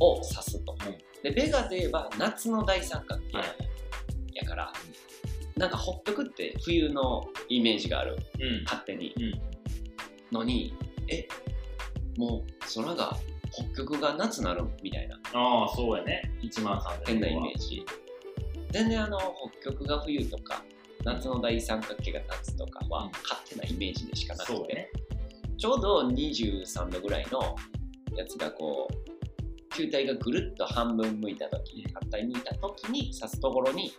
S3: を指すと、
S1: うん
S3: でベガといえば夏の大三角形
S1: はい
S3: やから、なんか北極って冬のイメージがある
S1: うん。
S3: 勝手に、
S1: うん
S3: のにえもう空が北極が夏なるみたいな
S1: ああ、そうやね。1万3000
S3: 変なイメージ全然あの北極が冬とか夏の大三角形が夏とか
S1: う
S3: は
S1: ん
S3: 勝手なイメージでしかなくて、
S1: そうやね。
S3: ちょうど23度ぐらいのやつがこう球体がぐるっと半分向いた時反対向いた時に刺すところに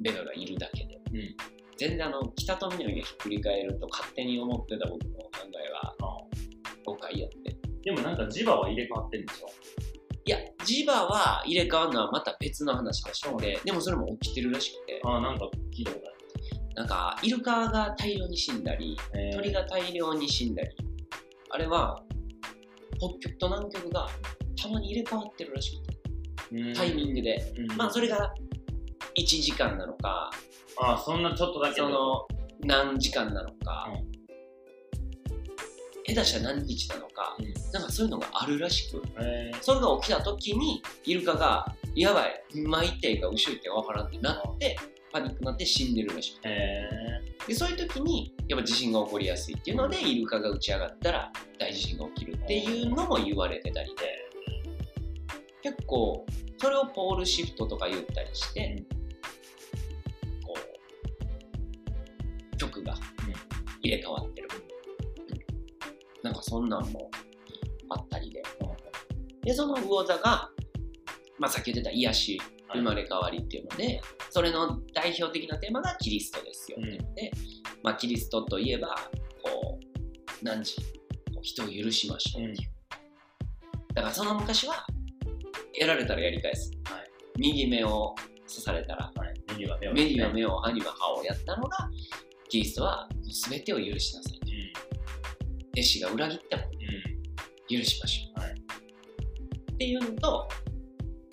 S3: ベガがいるだけで、
S1: うん
S3: 全然あの北と南がひっくり返ると勝手に思ってた僕の考えは
S1: あ
S3: 誤解やって
S1: でもなんか磁場は入れ替わってるんでしょ
S3: いや磁場は入れ替わるのはまた別の話でしょででもそれも起きてるらしくて
S1: ああ、なんか聞いたことあ
S3: なんかイルカが大量に死んだり
S1: る。
S3: 鳥
S1: が
S3: が大量に死んだりあれは北極と南極がたまに入れ替わってるらしくてタイミングで、
S1: ン
S3: まあそれが1時間なのか
S1: ああ、そんなちょっとだけ
S3: そ
S1: ど、
S3: の何時間なのか、
S1: う
S3: 下手したら何日なのか、
S1: うん
S3: なんかそういうのがあるらしく
S1: えー
S3: それが起きた時にイルカが「やばい前行っていいか後ろ行っていいか分からん」ってなってパニックになって死んでるらし
S1: え
S3: くでそういう時にやっぱ地震が起こりやすいっていうのでイルカが打ち上がったら大地震が起きるっていうのも言われてたりで結構それをポールシフトとか言ったりして、こう曲が入れ替わってる、うんなんかそんなんもあったりで、でその魚座が、まあ、さっき言ってた癒し
S1: はい
S3: 生まれ変わりっていうので、それの代表的なテーマがキリストですよ、
S1: うん
S3: で、まあ、キリストといえばこう何時人を許しましょうっていう、だからその昔はやられたらやり返す、
S1: はい
S3: 右目を刺されたら
S1: ーはい、メニューは目を
S3: 目には目を歯には歯をやったのがキリストは全てを許しなさい
S1: うん
S3: 弟子が裏切っても
S1: うん
S3: 許しましょう、
S1: はい
S3: っていうのと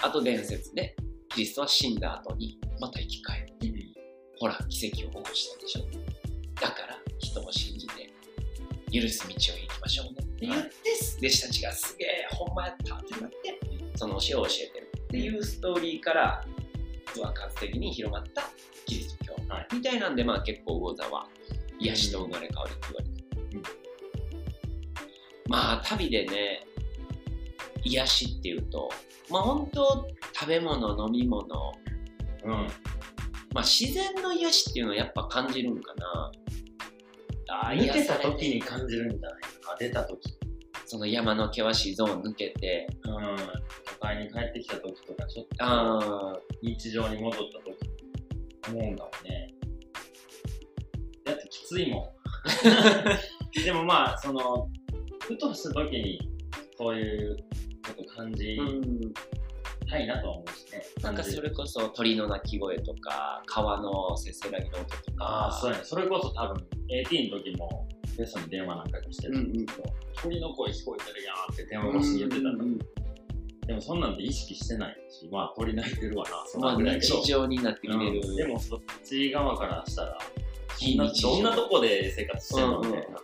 S3: あと伝説でキリストは死んだ後にまた生き返って、ほら奇跡を起こしたでしょだから人を信じて許す道を行きましょうねって言って、
S1: は
S3: 弟子たちがすげえほんまやったってなってその教えを教えてるっていうストーリーから爆発的に広まったキリスト教、
S1: はい
S3: みたいなんでまあ結構魚座は癒しと生まれ変わりって言われてる、まあ旅でね癒しっていうとまあ本当食べ物飲み物
S1: うん。
S3: まあ自然の癒しっていうのはやっぱ感じるんかなあー
S1: 抜け
S3: 癒さ
S1: た
S3: れ
S1: 時に感じるんじゃないかな。出た時。
S3: その山の険しいゾーン抜けて
S1: うん。都会に帰ってきた時とか、ちょっ
S3: あ
S1: と
S3: あ
S1: 日常に戻った時、思うんだもんね。だってきつい もん。でもまあ、その、ふとした時に、そういうこと感じ
S3: うん
S1: たいなとは思うしね。
S3: なんか
S1: 感じ
S3: それこそ鳥の鳴き声とか川のせせらぎの音とか
S1: ああ、そうやね。それこそ多分、AT の時も、ベストに電話なんかして
S3: うんう
S1: る
S3: ん
S1: けど、鳥の声聞こえてるやんって電話越しに言ってたの
S3: うん
S1: でもそんなんで意識してないし、まあ鳥泣いてるわな、そん
S3: ま
S1: な
S3: あ
S1: ぐらいや
S3: 日
S1: けど。
S3: 常になってきてる、
S1: うんでもそっち側からしたら、
S3: 非
S1: どんな
S3: 日常
S1: どんなとこで生活してるの
S3: うん
S1: みたいな。っ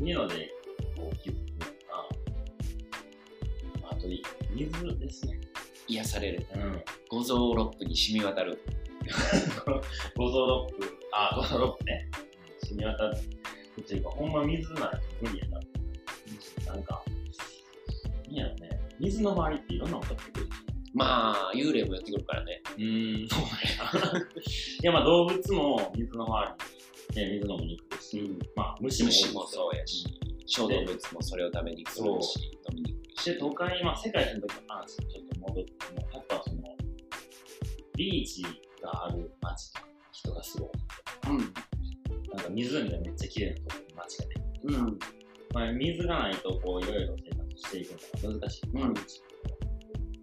S1: ていうので、こう気づくのかな。まああと、い水ですね。
S3: 癒される
S1: うん。
S3: 五臓六腑に染み渡る
S1: 五臓六腑、あ、五臓六腑ね。染み渡るっていうか、ほんま水なんて無理やな。なんか、いいやろね。水の周りっていろんなことってくるし
S3: まあ幽霊もやってくるからね
S1: うーん、そうなんや。いや、まあ動物も水の周りに、ね、水飲みに来るし、まあ虫も多い
S3: 虫もそうやし小動物もそれを食べに来るし飲みに来る
S1: で、都会、まあ世界一の時の話にちょっと戻っても、やっぱその、ビーチがある街とか、人がすごい。なんか湖がめっちゃ綺麗なところの街がね。
S3: うんうん
S1: まあ水がないとこう、いろいろ生活していくのが難しい。
S3: うん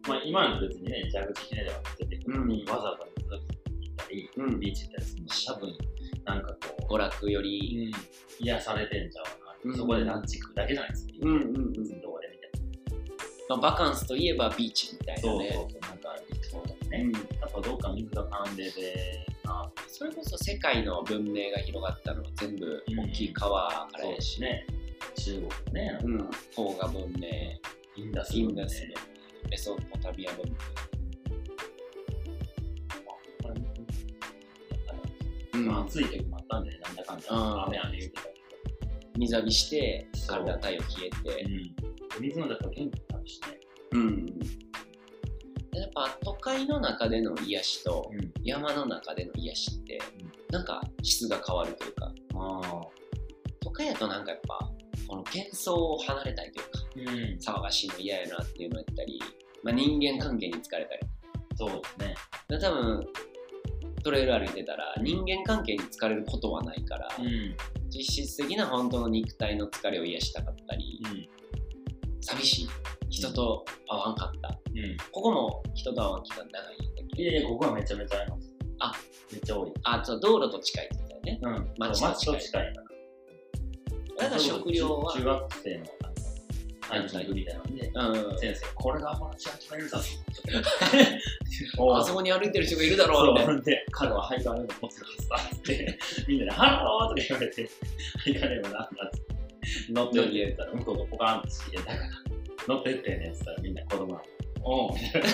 S1: まあ今の別にね、蛇口ひねれば出てくるのに、わざわざ水が行ったり、
S3: うん
S1: ビーチ行ったりするの多分、なんかこう、
S3: 娯楽より
S1: うん、癒されてんじゃうな、
S3: うん
S1: そこでランチ食うだけじゃないですか、
S3: うんうんう
S1: どこ
S3: ん
S1: でみたいな、
S3: まあ、バカンスといえばビーチみたいな
S1: そう
S3: ね
S1: そうそうなんかリフトとかね、
S3: うん
S1: やっぱどっか水が絡んでてな
S3: それこそ世界の文明が広がったのは全部大きい川からやし、
S1: ね中国もね
S3: うん、黄河文明
S1: インダス
S3: イ
S1: も
S3: ン
S1: ね
S3: ダスのメソポタミア文
S1: まあやっぱり
S3: 明、
S1: まあ暑い時もあったんでねなんだかんだ
S3: うん
S1: 雨雨言ってたけ
S3: 水浴びして
S1: そう
S3: 体体温冷えて、
S1: ど、うん、水のだと元気になるしね、
S3: うん、やっぱ都会の中での癒しと
S1: うん、
S3: 山の中での癒しって
S1: うん
S3: なんか質が変わるというか
S1: ああ
S3: 都会やとなんかやっぱこの喧騒を離れたいというか
S1: うん
S3: 騒がしいの嫌やなっていうのやったり、まあ、人間関係に疲れたり
S1: そうですね
S3: だから多分トレイル歩いてたら人間関係に疲れることはないから、
S1: うん
S3: 実質的な本当の肉体の疲れを癒したかったり寂しい人と会わんかった
S1: うんうん
S3: ここも人と会わん期間長いんだけど
S1: いやいやここはめちゃめちゃあります
S3: あ
S1: めっちゃ多い
S3: あそう道路と近いって言ったよね
S1: うん
S3: 街
S1: そう
S3: と近
S1: 街と近
S3: い
S1: い
S3: だから食料は
S1: 中中学生のあのランキングみたいなんで
S3: うん
S1: 先生これが友達が決め るだぞ
S3: あそこに歩いてる人がいるだろうみたいな
S1: そうで彼はハイカーレーブ持ってるはずだってみんなで「ハロー!」とか言われてハイカーレーブなんだって乗ってって言ったら向こうがポカーンってしてだから乗ってってねって言ったらみんな子供なのおうみたいな頑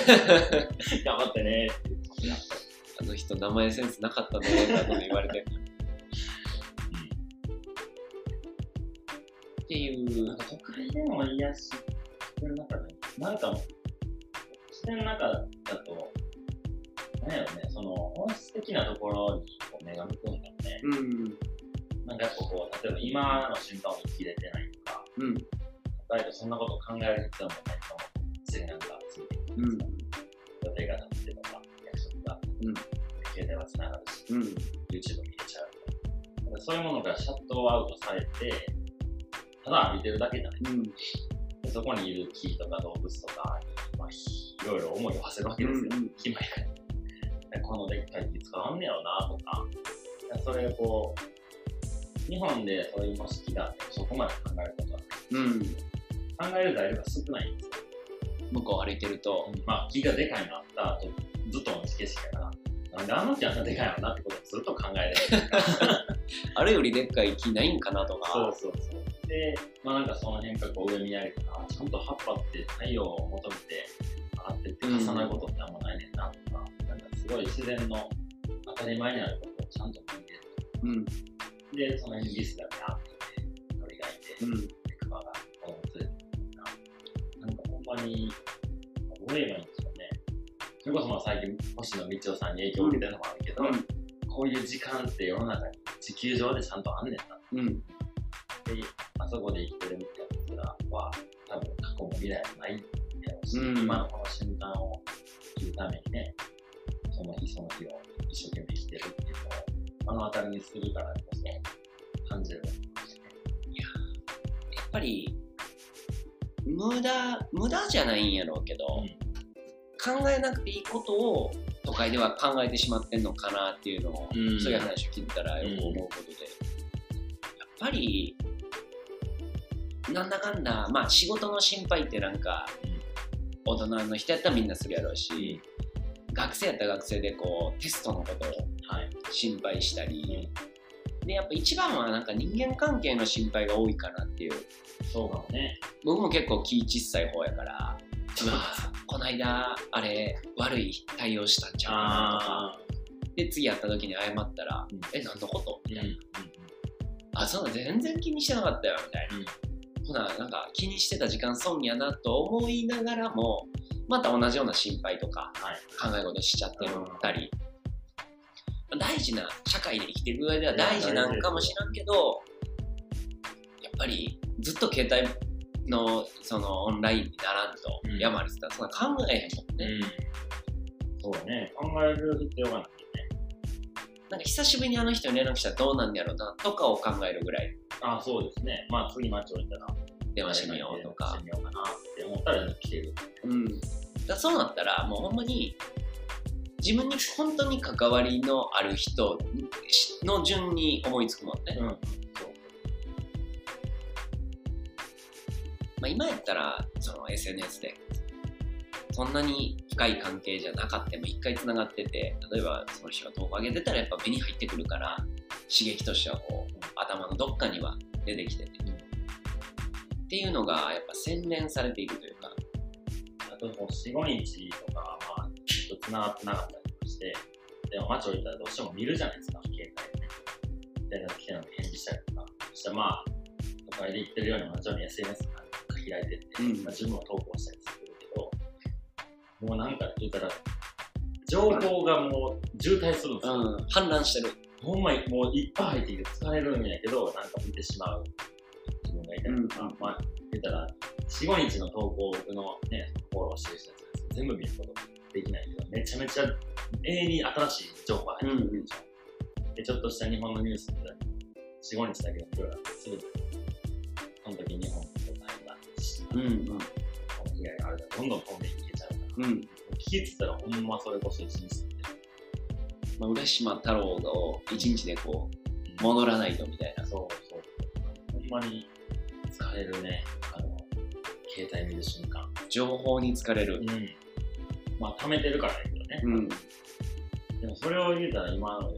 S1: 張ってねって言って
S3: あの人名前センスなかったねって後で言われてっていう
S1: 都会でも癒ししてる中でなんかしてる中だとなんやろねその本質的なところにこう目が向くんだよね
S3: うん
S1: なんかやっぱこう、例えば今の瞬間を生きれてないとか、
S3: うん
S1: 例えばそんなこと考える必要もないかもしれないから、ついてく
S3: うん
S1: 予定が立ってとか、約束が、
S3: うん
S1: 携帯はつながるし、
S3: うん
S1: YouTube 見れちゃうみたいな。なんかそういうものがシャットアウトされて、ただ歩いてるだけじゃない。
S3: うん
S1: でそこにいる木とか動物とかに、まあ、ひいろいろ思いを馳せるわけですよ。
S3: うんうん
S1: 暇やから。このでっかい木使わんねやろなとか、それをこう、日本でそういうの好きだって、そこまで考えることは
S3: うん
S1: 考える材料が少ないんですよ。
S3: 向こう歩いてると
S1: まあ、木がでかいのあった後、ずっと同じ景色やから、なんであの木あんなでかいのかなってことをずっと考える。
S3: あれよりでっかい木ないんかなとか
S1: そうそうそう。で、まあなんかその辺からこう上見上げたら、ちゃんと葉っぱって太陽を求めて上がってって重なることってあんまないねんなとか、なんかすごい自然の当たり前にあることをちゃんと見て
S3: うん
S1: で、その辺にリスがあってて、鳥がいて、
S3: うん
S1: で熊が子供連れてくるな。なんかほんまに、どう言えばいいんですかね。それこそまあ最近、星野道夫さんに影響を受けてるのもあるけど、
S3: うん
S1: こういう時間って世の中に、地球上でちゃんとあんねんな。
S3: うん
S1: で、あそこで生きてるみたいなやつらは、多分過去も未来もないんだろうし、
S3: うん
S1: 今のこの瞬間を生きるためにね、その日その日を一生懸命生きてるっていうのを、目の当たりにするからこそ感じる。
S3: やっぱり無駄無駄じゃないんやろうけど、考えなくていいことを都会では考えてしまってんのかなっていうのを、
S1: うん
S3: そういう話を聞いたらよく思うことで、やっぱりなんだかんだまあ仕事の心配ってなんか、
S1: うん
S3: 大人の人やったらみんなするやろうし、学生やったら学生でこうテストのことを
S1: はい。
S3: 心配したり、でやっぱ一番はなんか人間関係の心配が多いかなっていう
S1: そうかもね。
S3: 僕も結構気小さい方 やからうわこないだあれ悪い対応したんちゃうかなとかで次やった時に謝ったら
S1: うん
S3: 「え何のこと?」
S1: う
S3: み
S1: ん
S3: たいな「あそんな全然気にしてなかったよ」みたいな、
S1: うん
S3: ほななんか気にしてた時間損やなと思いながらもまた同じような心配とか
S1: はい。
S3: 考え事しちゃってたり、大事な社会で生きていく上では大事なのかもしらんけどやっぱりずっと携帯のそのオンラインにならんと、
S1: うん
S3: やまれてたらそんな考えへんもんね、
S1: そうだね。考える必要がない。
S3: なんか久しぶりにあの人に連絡したらどうなんやろうなとかを考えるぐらい
S1: ああ、そうですね。まあ次街を行ったら、
S3: 電話してみようとか
S1: してみようかなって思ったら来てる。
S3: うん、だからそうなったらもうほんまに自分に本当に関わりのある人の順に思いつくもんね、
S1: うん。
S3: まあ、今やったらその SNS でそんなに深い関係じゃなかったも一回つながってて例えばその人が動画上げてたらやっぱ目に入ってくるから刺激としてはこう頭のどっかには出てきてて、
S1: うん
S3: っていうのがやっぱ洗練されているというか
S1: あともう4、5日とか、まあ、ちょっと繋がってなかったりとかして、でも街を行ったらどうしても見るじゃないですか、携帯でね。連絡来てるのに返事したりとか。そしてまあ、都会で行ってるように、まあ徐々に SNS とか開いてって、
S3: うん
S1: まあ、自分も投稿したりするけど、もうなんか言ったら、情報がもう渋滞するんですよ。
S3: うん氾濫してる、
S1: ほんまにもういっぱい入ってきて疲れるんやけど、なんか見てしまう自分がいたりとか、
S3: うん
S1: まあ、言ったら、4、5日の投稿のね、フォローしてる人たち全部見ることできないけど、めちゃめちゃ永遠に新しい情報が
S3: う
S1: 入
S3: ん
S1: っ
S3: う
S1: てくる、
S3: ん
S1: でちょっとした日本のニュースみたいな45日だけのプロだってすぐこの時日本の台湾だし
S3: うんうん
S1: この被害があるからどんどん飛んでいけちゃうから
S3: うん
S1: 聞いてたらほんまそれこそ一日で
S3: まあ、浦島太郎を一日でこう戻らないとみたいな
S1: そうそうほんまに疲れるねあの携帯見る瞬間
S3: 情報に疲れる
S1: うんまあ溜めてるからだけどね、
S3: うん
S1: でもそれを言うたら今のね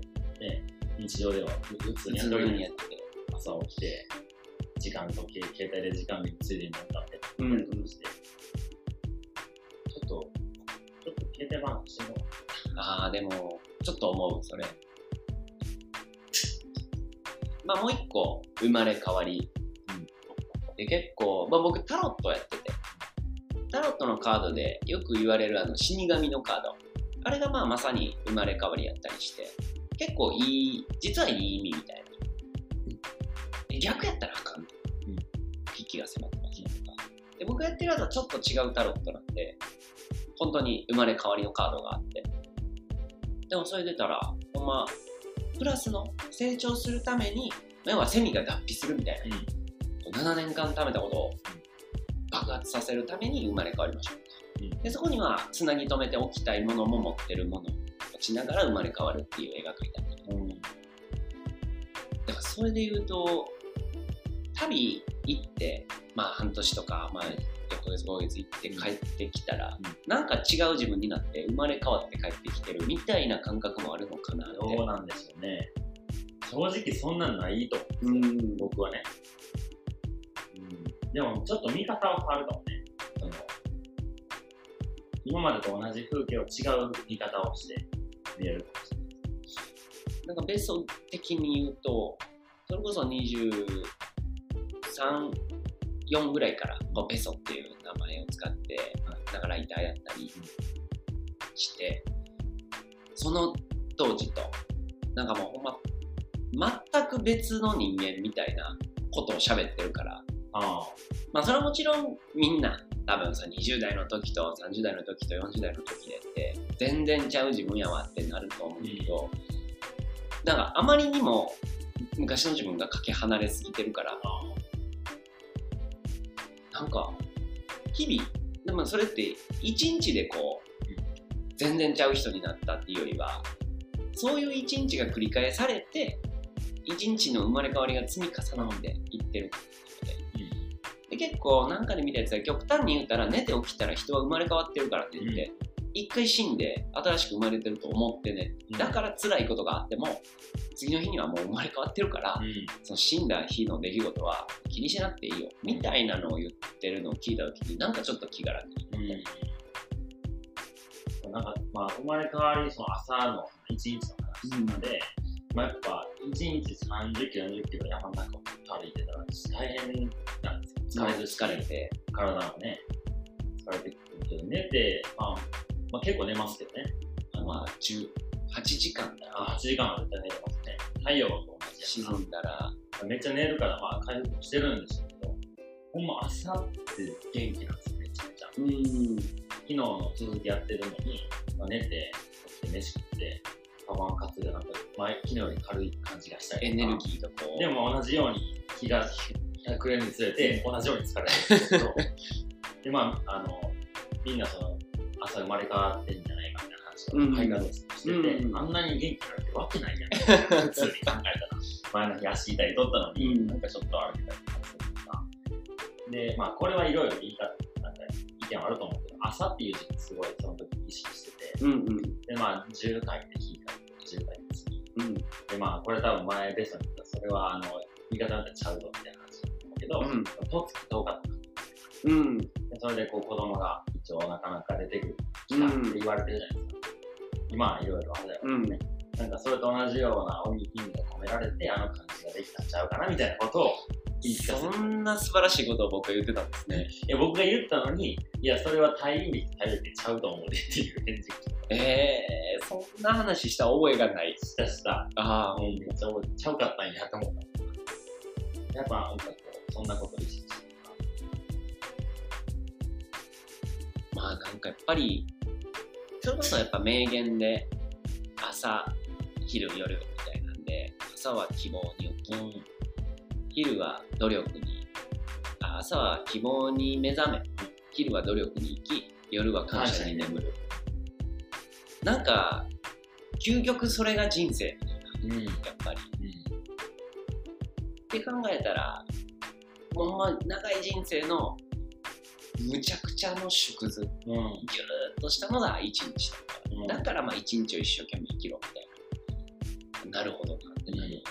S1: 日常では普普通
S3: い
S1: にや
S3: つ
S1: って
S3: の
S1: るよ
S3: よう
S1: ね
S3: にやってて
S1: 朝起きて、時間とけ携帯で時間についでになったって、
S3: うん
S1: やったとして、ちょっと、ちょっと携帯番しても
S3: ああでもちょっと思うそれまあもう一個生まれ変わり、で結構、まあ、僕タロットやっててタロットのカードでよく言われるあの死神のカードあれがまあまさに生まれ変わりやったりして結構いい実はいい意味みたいな、で逆やったらあかんと、
S1: うん
S3: 危機が迫ってますねとかで僕がやってるやつはちょっと違うタロットなんで本当に生まれ変わりのカードがあってでもそれ出たらほんまプラスの成長するために要はセミが脱皮するみたいな、7年間貯めたことを爆発させるために生まれ変わりましょう、
S1: うん
S3: でそこにはつなぎ止めておきたいものも持ってるものを持ちながら生まれ変わるっていう絵が描いてあるだからそれで言うと旅行ってまあ半年とか、まあ、4ヶ月5ヶ月行って帰ってきたら、
S1: うん
S3: なんか違う自分になって生まれ変わって帰ってきてるみたいな感覚もあるのかなって
S1: どうなんでしょうね。正直そんなんないと思う、
S3: うん
S1: 僕はね。うん、でもちょっと見方は変わるかもね。その今までと同じ風景を違う見方をして見えるかもしれない。
S3: なんかベスト的に言うと、それこそ23、4ぐらいから、こうペソっていう名前を使って、なんかライターやったりして、その当時と、なんかもうほんま、全く別の人間みたいなことを喋ってるから、
S1: ああ、
S3: まあそれはもちろんみんな多分さ20代の時と30代の時と40代の時でって全然ちゃう自分やわってなると思うけど、なんかあまりにも昔の自分がかけ離れすぎてるから
S1: ああ、
S3: なんか日々でもそれって一日でこう全然ちゃう人になったっていうよりはそういう一日が繰り返されて一日の生まれ変わりが積み重なっていってる
S1: うん
S3: で結構なんかで見たやつが極端に言ったら寝て起きたら人は生まれ変わってるからって言って、一回死んで新しく生まれてると思ってねだから辛いことがあっても次の日にはもう生まれ変わってるから、
S1: うん、
S3: その死んだ日の出来事は気にしなくていいよみたいなのを言ってるのを聞いた時になんかちょっと気が楽になったり
S1: うん、なんか、まあ、生まれ変わり、その朝の一日の話とかで、まあ、やっぱ、一日30キロ、40キロ山の中を歩いてたら、大変なんですよ。疲
S3: 疲れ
S1: れ
S3: る
S1: るし、
S3: 疲れて、
S1: 体がね、疲れてくるけど、寝て、まあ、まあ、結構寝ますけどね。
S3: まあ、18時間だ
S1: あ
S3: な
S1: 8時間は絶対寝てますね。太陽と同じ
S3: 沈
S1: やから
S3: んだら
S1: めっちゃ寝るから、まあ、回復もしてるんでしょうけど、ほんま朝って元気なんですよ、めちゃめちゃ。
S3: うん
S1: 昨日の続きやってるのに、まあ、寝て、起きて飯食って、カバン担いで、なんか前、昨日より軽い感じがしたり
S3: エ
S1: とか
S3: ネルギーがこう
S1: でも同じように日が暮れるにつれて、同じように疲れてるんですけど、で、まあ、あの、みんなその、朝生まれ変わってんじゃないかみたいな話を、
S3: うん
S1: ハイカロしてて、
S3: うん
S1: あんなに元気なんてわけ ないやん。普通に考えたら、前の日足痛いとったのに、
S3: うん
S1: なんかちょっと歩けたりとかするとか。で、まあ、これはいろいろ言い方、なんか意見はあると思うけど、朝っていう時期すごいその時意識してて、
S3: うんうん
S1: で、まあ、10回って聞いたりとか、10回って聞いたり
S3: うん
S1: でまあこれ多分前ベストに言ったそれはあの言い方なんてちゃうぞみたいな話だったけど、
S3: うん
S1: とつき10日とか
S3: うん
S1: でそれでこう子供が一応なかなか出てくる期間って言われてるじゃないですか、今いろいろあれだよ
S3: うん
S1: ね、なんかそれと同じような意味が込められてあの感じができたんちゃうかなみたいなことを言い聞かせ
S3: そ
S1: て
S3: んな素晴らしいことを僕は言ってたんですね。
S1: いや僕が言ったのにいやそれは大意味大意味ちゃうと思うでっていう返事が来
S3: えー、そんな話した覚えがない。
S1: たしたした
S3: あ
S1: あもうめっちゃ覚えてちゃうかったんやと思った。やっぱなんかこう、そんなこと意識してるな
S3: まあなんかやっぱり、それこそやっぱ名言で、朝昼夜みたいなんで朝は希望に起き、昼は努力にあ朝は希望に目覚め昼は努力に行き夜は感謝に眠るなんか究極それが人生みたいな
S1: うん
S3: やっぱりって考えたらほんま長い人生のむちゃくちゃの縮図
S1: うんうん
S3: ぎゅーっとしたのが一日だから
S1: うん
S3: だからまあ一日を一生懸命生きろみたいな。なるほどなってなる。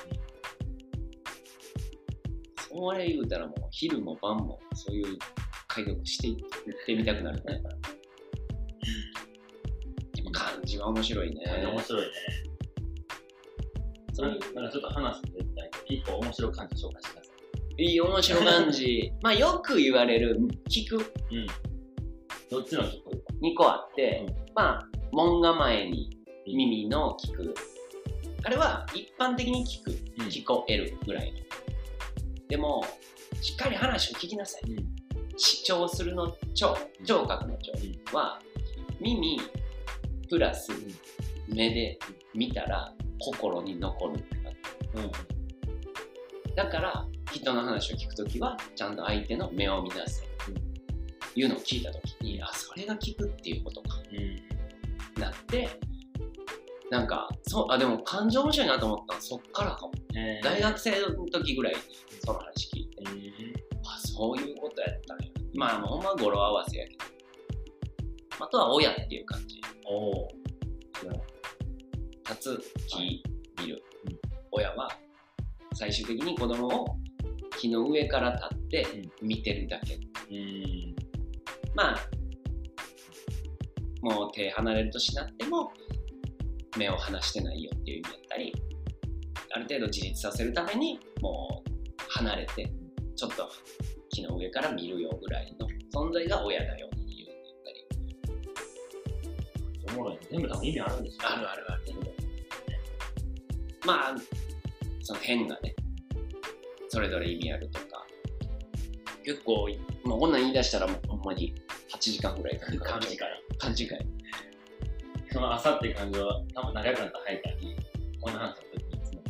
S3: それ言うたらもう昼も晩もそういう解読していってみたくなるね。でも漢字は面白いね。
S1: 面白いね
S3: そうい
S1: なんかちょっと話すんで一個面白い感じ紹介してくださ
S3: ういい面白漢字。まあよく言われる聞く
S1: いうんどっちの曲
S3: 2個あって、
S1: う
S3: まあ門構えに耳の聞く。あれは一般的に聞く。
S1: うん
S3: 聞こえるぐらいの。でも、しっかり話を聞きなさい。
S1: うん
S3: 視聴するの聴、
S1: うん
S3: 聴覚の聴は、耳プラス目で見たら心に残るって感
S1: うん
S3: じ。だから、人の話を聞くときは、ちゃんと相手の目を見なさい。いうのを聞いたときに、あ、それが聞くっていうことか。
S1: うん
S3: なって、なんか、そう、あ、でも感情面白いなと思ったのそっからかも。
S1: えー
S3: 大学生の時ぐらいにその話聞いて、
S1: うん
S3: あ、そういうことやったね。まあ、ほんま語呂合わせやけど。あとは親っていう感じ。
S1: おー
S3: 立つ、
S1: は
S3: 木、見る
S1: うん。
S3: 親は最終的に子供を木の上から立って見てるだけ。
S1: うん
S3: まあ、もう手離れる年になっても目を離してないよっていう意味だったり、ある程度自立させるためにもう離れて、ちょっと木の上から見るよぐらいの存在が親だよっていうのだったり。
S1: おもろいね全部多分意味あるんですよ
S3: あるあるある。まあ、その変がね、それぞれ意味あるとか、結構、まあ、こんなん言い出したらもうほんまに8時間ぐらいかかる
S1: 感じから
S3: 勘違い。
S1: その朝っていう感じは多分長くなったら早いからこんな話した時にいつも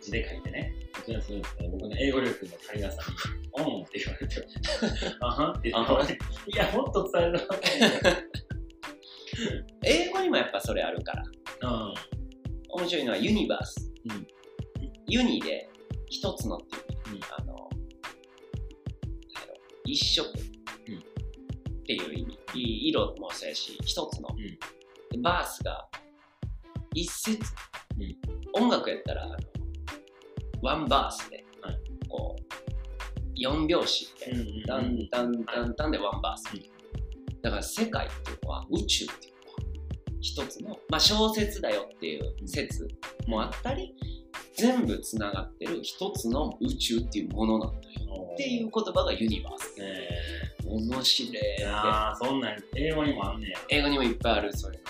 S1: 字で書いてねうちのするんですけど僕の英語力の足りなさに「オン」って言われて「あはん」って言われて「いやもっと伝えるわ
S3: 英語にもやっぱそれあるから、」
S1: うん
S3: 面白いのはユニバース。
S1: うん
S3: ユニで一つのっていう、
S1: うん
S3: あの、なんやろ一色
S1: うん
S3: っていう意味。い色もそうやし、一つの。
S1: ん
S3: でバースが一節、音楽やったら、あのワンバースで、
S1: はい
S3: こう、四拍子みた
S1: だ
S3: いな。だ
S1: ん
S3: んだんだんだんでワンバース、
S1: うん
S3: だから世界っていうのは宇宙っていうのは一つの、まあ、小説だよっていう説もあったり全部つながってる一つの宇宙っていうものなんだよっていう言葉がユニバース、
S1: え
S3: 面白い
S1: ー、いや
S3: って
S1: ーそんなん英語にもあんねや
S3: 英語にもいっぱいあるそういう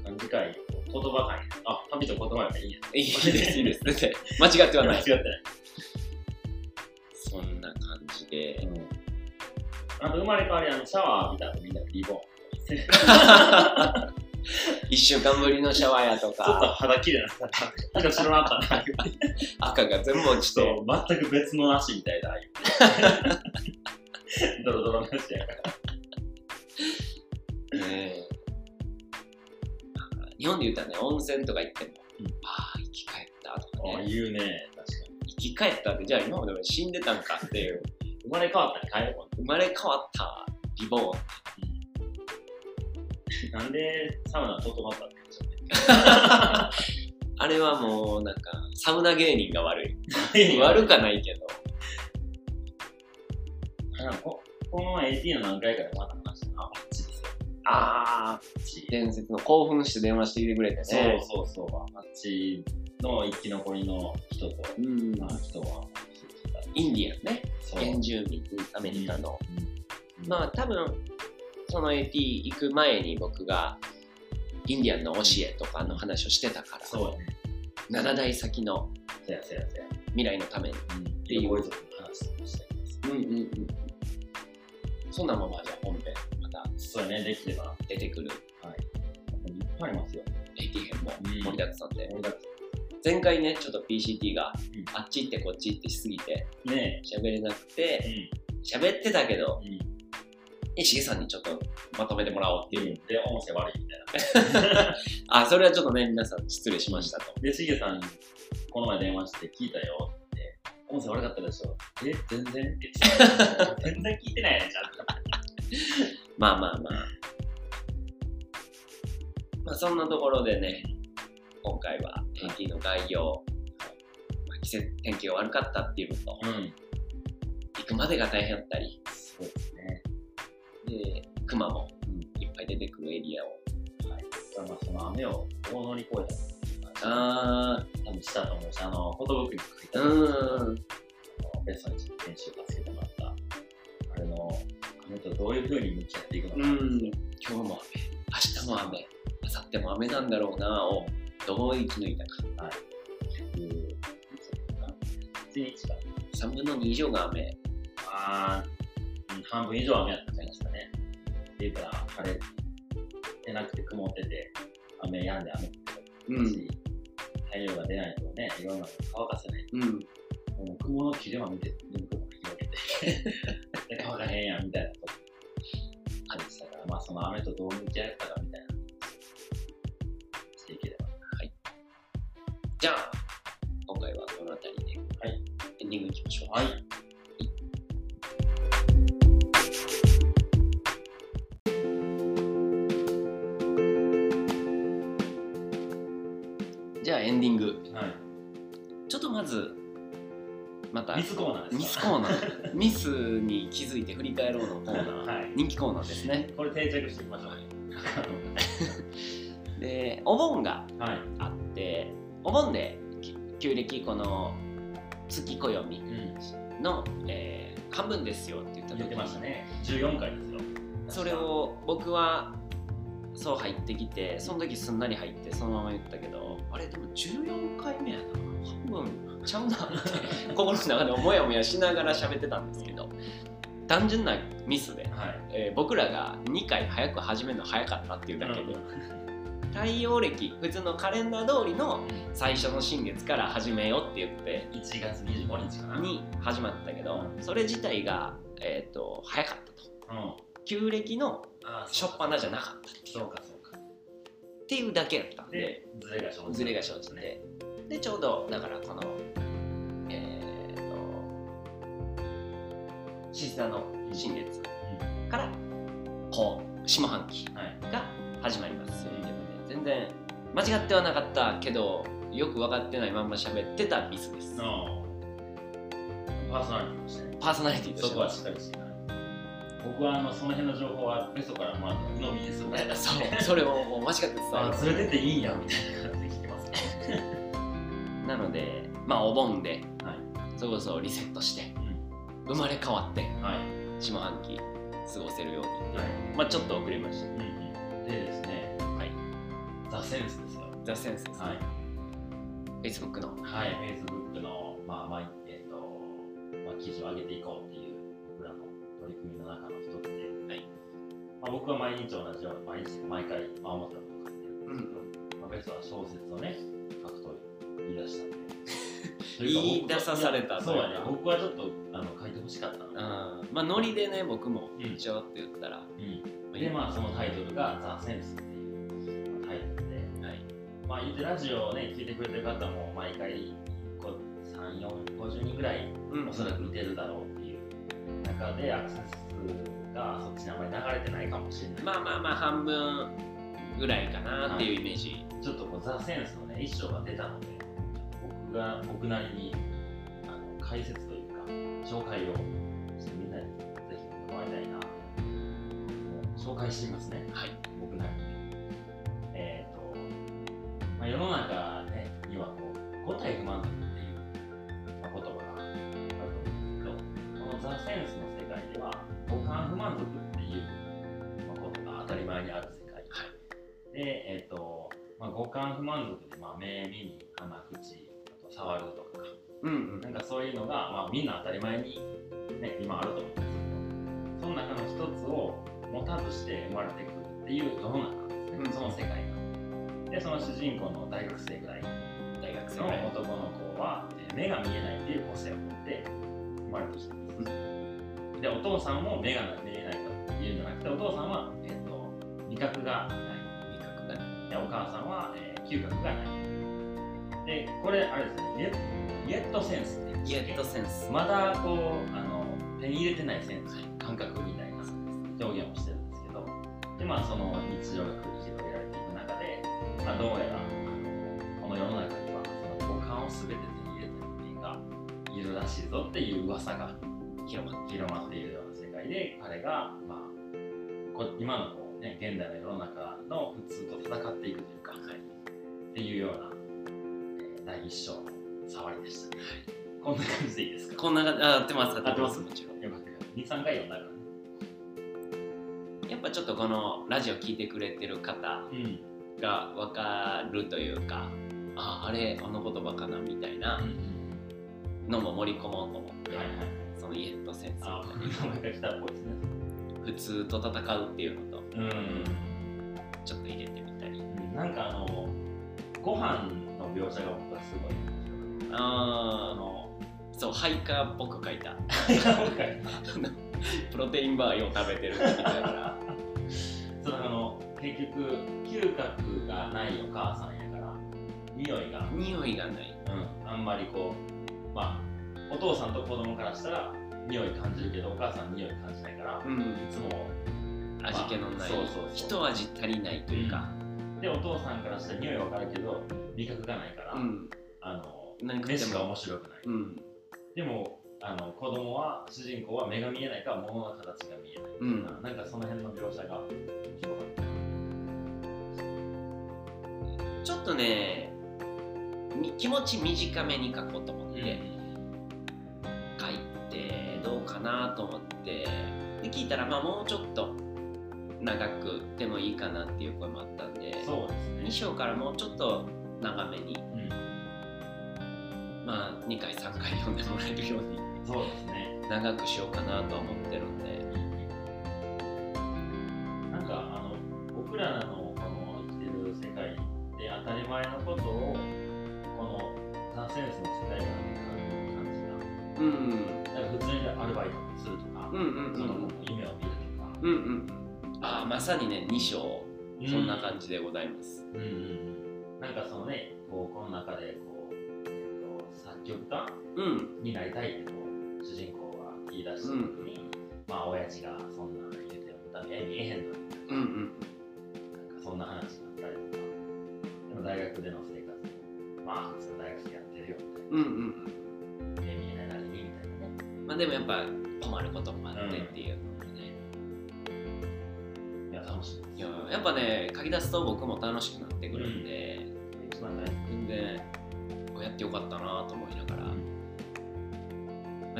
S3: の
S1: 漢字かい言葉かいあ旅と言葉やったらいいや
S3: がいいですいいです絶対間違っては
S1: 間違
S3: な
S1: っ
S3: い
S1: てない、
S3: そんな感じで
S1: あと生まれ変わりあのシャワー浴びた後みんなリボン
S3: 一週間ぶりのシャワーやと
S1: ちょっと
S3: か
S1: 肌綺麗になった色白なったな
S3: 赤が全部落ち
S1: ち
S3: て
S1: ょっと全く別の足みたいだ言うて ドロドロの足やから
S3: ねえ日本で言うたらね温泉とか行っても、
S1: うん
S3: ああ生き返ったとか
S1: あ
S3: ね
S1: 言うね確かに
S3: 生き返ったってじゃあ今まで俺死んでたんかっていう
S1: 生まれ変わったら変えよ
S3: 生まれ変わったリボー
S1: う
S3: ン
S1: なんでサウナ整ったって言っちゃっ
S3: あれはもうなんかサウナ芸人が 悪
S1: た
S3: い悪かないけど
S1: なんかここの AT の何回かでまだ話したな、あっちですよ。
S3: ああ
S1: あっち。
S3: 伝説の興奮して電話してきてくれてね
S1: そうそうそう、あっちの生き残りの人と、
S3: うん
S1: まあ、人は、
S3: インディアンね
S1: そう、
S3: 原住民アメリカの、
S1: うん
S3: まあ多分その AT 行く前に僕がインディアンの教えとかの話をしてたから
S1: そうやね、
S3: 7代先の
S1: せやせやせや。
S3: 未来のために。
S1: うん、っていうご遺族の話をしたり
S3: うんうんうん。そんなままじゃあ本編また
S1: そうやね、できれば、
S3: 出てくる。
S1: ここにありますよ。
S3: 駅編も
S1: うん
S3: 盛りだくさんで
S1: 盛りだく
S3: 前回ねちょっと PCT が
S1: ん
S3: あっち行ってこっち行ってしすぎて
S1: ね
S3: 喋れなく
S1: え。
S3: て
S1: ん。
S3: 喋ってたけど
S1: うん。
S3: えしげさんにちょっとまとめてもらおうっていう
S1: で、で音声悪いみたい
S3: あそれはちょっとね皆さん失礼しましたと
S1: な。で、しげさん、この前電話して聞いたよって、音声悪かったでしょ。え、全然って言って た全然聞いてないね、ちゃんと。
S3: まあまあまあまあそんなところでね今回は天気の概要、まあ季節天気が悪かったっていうのと
S1: うん。
S3: 行くまでが大変だったり
S1: そうですね。
S3: で熊も
S1: うん
S3: いっぱい出てくるエリアを
S1: はい。だからまあその雨を大乗り越えたっていう感
S3: あ
S1: じ多分したと思うし、あの、フォトブックに書い
S3: あ
S1: た、
S3: うん
S1: あのベストに編集を助けてもらった、あれの、雨とどういうふうに向き合っていくのか
S3: う
S1: なんです
S3: ん
S1: よ。
S3: 今日も雨明日も雨明後日も雨なんだろうなをどう生き抜いたか
S1: 1日か
S3: 3分の2以上が雨
S1: あーうん半分以上雨やったんじゃないですかね。っていうから晴れてなくて曇ってて雨止んで雨降ってるし、太陽が出ないとねいろんなの乾かせない。
S3: うん
S1: もう雲の切れは見て全部広げてで乾かへんやんみたいなことあれでしたからまあその雨とどう向き合ったかみたいなしていければ。
S3: じゃあ今回はこの辺りで、
S1: はい
S3: エンディングいきましょう
S1: はい。
S3: じゃあエンディング
S1: はい。
S3: ちょっとまずまた
S1: ミスコーナーですか
S3: ミスコーナ ーミスに気づいて振り返ろうのコーナー、
S1: はい
S3: 人気コーナーですね
S1: これ定着していきましょう。
S3: でお盆が
S1: はい。
S3: あってお盆でき旧暦この月暦
S1: うん。
S3: の、えー半分ですよって言った時
S1: 言ってました
S3: に
S1: ね。14回ですよ。
S3: それを僕はそう入ってきてその時すんなり入ってそのまま言ったけどあれでも14回目やな半分ちゃうなって 心の中でもやもやしながら喋ってたんですけど単純なミスで、
S1: はい。
S3: えー僕らが2回早く始めるの早かったっていうだけで太陽暦普通のカレンダー通りの最初の新月から始めようって言って
S1: 1月25日かな。
S3: に始まったけどそれ自体が、えー、と早かったと
S1: うん、あ
S3: 旧暦の
S1: あ
S3: 初っ端じゃなかった
S1: そうかそうか。
S3: っていうだけだったんで
S1: で、ズレが生じ
S3: ズレが生じてでちょうどだからこのえっ、と獅子座の新月からこう下半期
S1: はい。
S3: が始まりますよっていうので全然間違ってはなかったけどよく分かってないまんま喋ってたミスです
S1: のパーソナリティとしてね。そ
S3: パーソナリティとして
S1: こ
S3: は
S1: はしっかりしてない。僕はあのその辺の情報はベストからもらったのみですよね。
S3: そうそれももう間違って伝わ
S1: あ
S3: る
S1: ズレてていいんやみたいな感じで聞きますね。
S3: なのでまあお盆で、
S1: はい
S3: それこそリセットして、
S1: う
S3: 生まれ変わって
S1: はい。
S3: 下半期過ごせるように、
S1: はい。
S3: まあちょっと遅れました
S1: うんうん。でですね、
S3: はい
S1: ザ・センスですよ。
S3: ザ・センスです、
S1: はい。
S3: Facebook の
S1: はい、Facebook の、まあまあえーとまあ、記事を上げていこうっていう僕らの取り組みの中の一つで、
S3: はい
S1: まあ、僕は毎日同じように毎日毎回、まあ、思ったことを書いてるんですけど、まあ、ベスは小説をね書くと言い出 したんでというか
S3: 言い出さされた
S1: 僕はそうや
S3: という
S1: ね
S3: か
S1: 僕はちょっとあの書いてほしかったの
S3: うんまあノリでね僕も
S1: うん
S3: 一応って言ったら、
S1: うん、でまあそのタイトルが「ザ・センス」っていうまあタイトルで
S3: はい、
S1: まあ、言ってラジオをね、聞いてくれてる方も毎回こう3、4、50人ぐらい
S3: うん
S1: おそらくいてるだろうっていう中でアクセス数がそっちにあまり流れてないかもしれない。
S3: まあまあまあ半分ぐらいかなっていうイメージ、
S1: ちょっとこうザ・センスのね、一章が出たので、僕が僕なりにあの解説というか、紹介をしてみんなにぜひ読んでもらいたいな。もう紹介してみますね。
S3: はい
S1: 僕なりに。えっ、と、まあ、世の中、ね、にはこう五体不満足っていう、まあ、言葉があると思うんですけど、このザ・センスの世界では五感不満足っていう、まあ、ことが当たり前にある世界。で、えっ、と、まあ、五感不満足って、まあ、目、耳、鼻、口、あと触るとかか、
S3: うんうん
S1: なんかそういうのが、まあ、みんな当たり前に、ね、今あると思うんですけど、その中の一つを持たずして生まれてくるっていう世の中なんですね、
S3: うん
S1: その世界が。でその主人公の大学生ぐらい
S3: 大学生
S1: の
S3: ぐらい
S1: 男の子はえー目が見えないっていう個性を持って生まれてきたんですでお父さんも目が見えないかっていうんじゃなくてお父さんは、えー、と味覚がな
S3: 味覚がね
S1: いでお母さんは、えー嗅覚がないでこれあれですねイエイエットセンスっていうんで
S3: イ
S1: す
S3: エ
S1: っけ
S3: ットセンス
S1: まだこうあの手に入れてないセンス感覚みたいな表現をしてるんですけどで、まあ、その日常が繰り広げられていく中で、まあ、どうやらあのこの世の中にはその五感を全て手に入れた人間がいるらしいぞっていう噂が
S3: 広まって
S1: 広まっているような世界で彼が、まあ、こ今のこう、ね、現代の世の中の普通と戦っていくというか、っていうような、えー第一章の触りでした、こんな感じでいいですか
S3: こんな感じあ合ってます
S1: 合ってます
S3: もちろん
S1: よかったよ。二三回読んだからね。
S3: やっぱちょっとこのラジオ聞いてくれてる方
S1: うん。
S3: が分かるというかああれあの言葉かなみたいなのも盛り込もうと思って、
S1: はいはい。
S3: そのイエットセンス
S1: あ、名前が来たっぽいですね。
S3: 普通と戦うっていうのと
S1: うん。
S3: ちょっと入れてみたり
S1: なんかあのご飯の描写が僕はすごい面
S3: あ のそうハイカーっぽく書いた
S1: 白かった。なんか
S3: プロテインバーよう食べてるみたいな
S1: そのあの結局嗅覚がないお母さんやから匂いが、
S3: 匂いがない
S1: うん、あんまりこうまあお父さんと子供からしたら匂い感じるけどお母さん匂い感じないからい
S3: うん
S1: つも
S3: 味気のない、
S1: まあそうそうそう
S3: 一味足りないというか、
S1: でお父さんからしたら匂いわかるけど味覚がないから、
S3: うん
S1: あの
S3: 何食
S1: 目
S3: って
S1: しか
S3: も
S1: 面白くない、
S3: うん
S1: でもあの子供は主人公は目が見えないから物の形が見えない、
S3: うん
S1: なんかその辺の描写が面白かった
S3: ちょっとねみ気持ち短めに書こうと思って、書いてどうかなと思ってで聞いたらまあもうちょっと長くでもいいかなっていう声もあったんで
S1: そう
S3: 2
S1: ですね、
S3: 章からもうちょっと長めに
S1: うん、
S3: まあ2回3回読んでもらえるように
S1: そうですね
S3: 長くしようかなとは思ってるんで
S1: なんかあの僕らのこの生きてる世界で当たり前のことをこのザ・センスの世界が感じ
S3: うん
S1: たなんか普通にアルバイトするとか、
S3: うんうんう
S1: その
S3: ん
S1: 夢を見るとか、
S3: うんうんああまさにね2章そんな感じでございます、
S1: うんうんうんなんかそのね、こうこの中でこう、えっと、作曲家
S3: うん
S1: になりたいってこう主人公が言い出した時に、まあ親父がそんなん言うてもダメ見えへんのに
S3: うんうん
S1: なんかそんな話になったりとかでも大学での生活もまあ普通の大学生やってるよみ
S3: うんうん
S1: たいな目見えないなりにみたいなね
S3: まあでもやっぱ困ることもあってっていうのでね、
S1: いや楽しいです
S3: いややっぱね書き出すと僕も楽しくなってくるんで、
S1: 一番大事
S3: でこうやってよかったなと思いながら、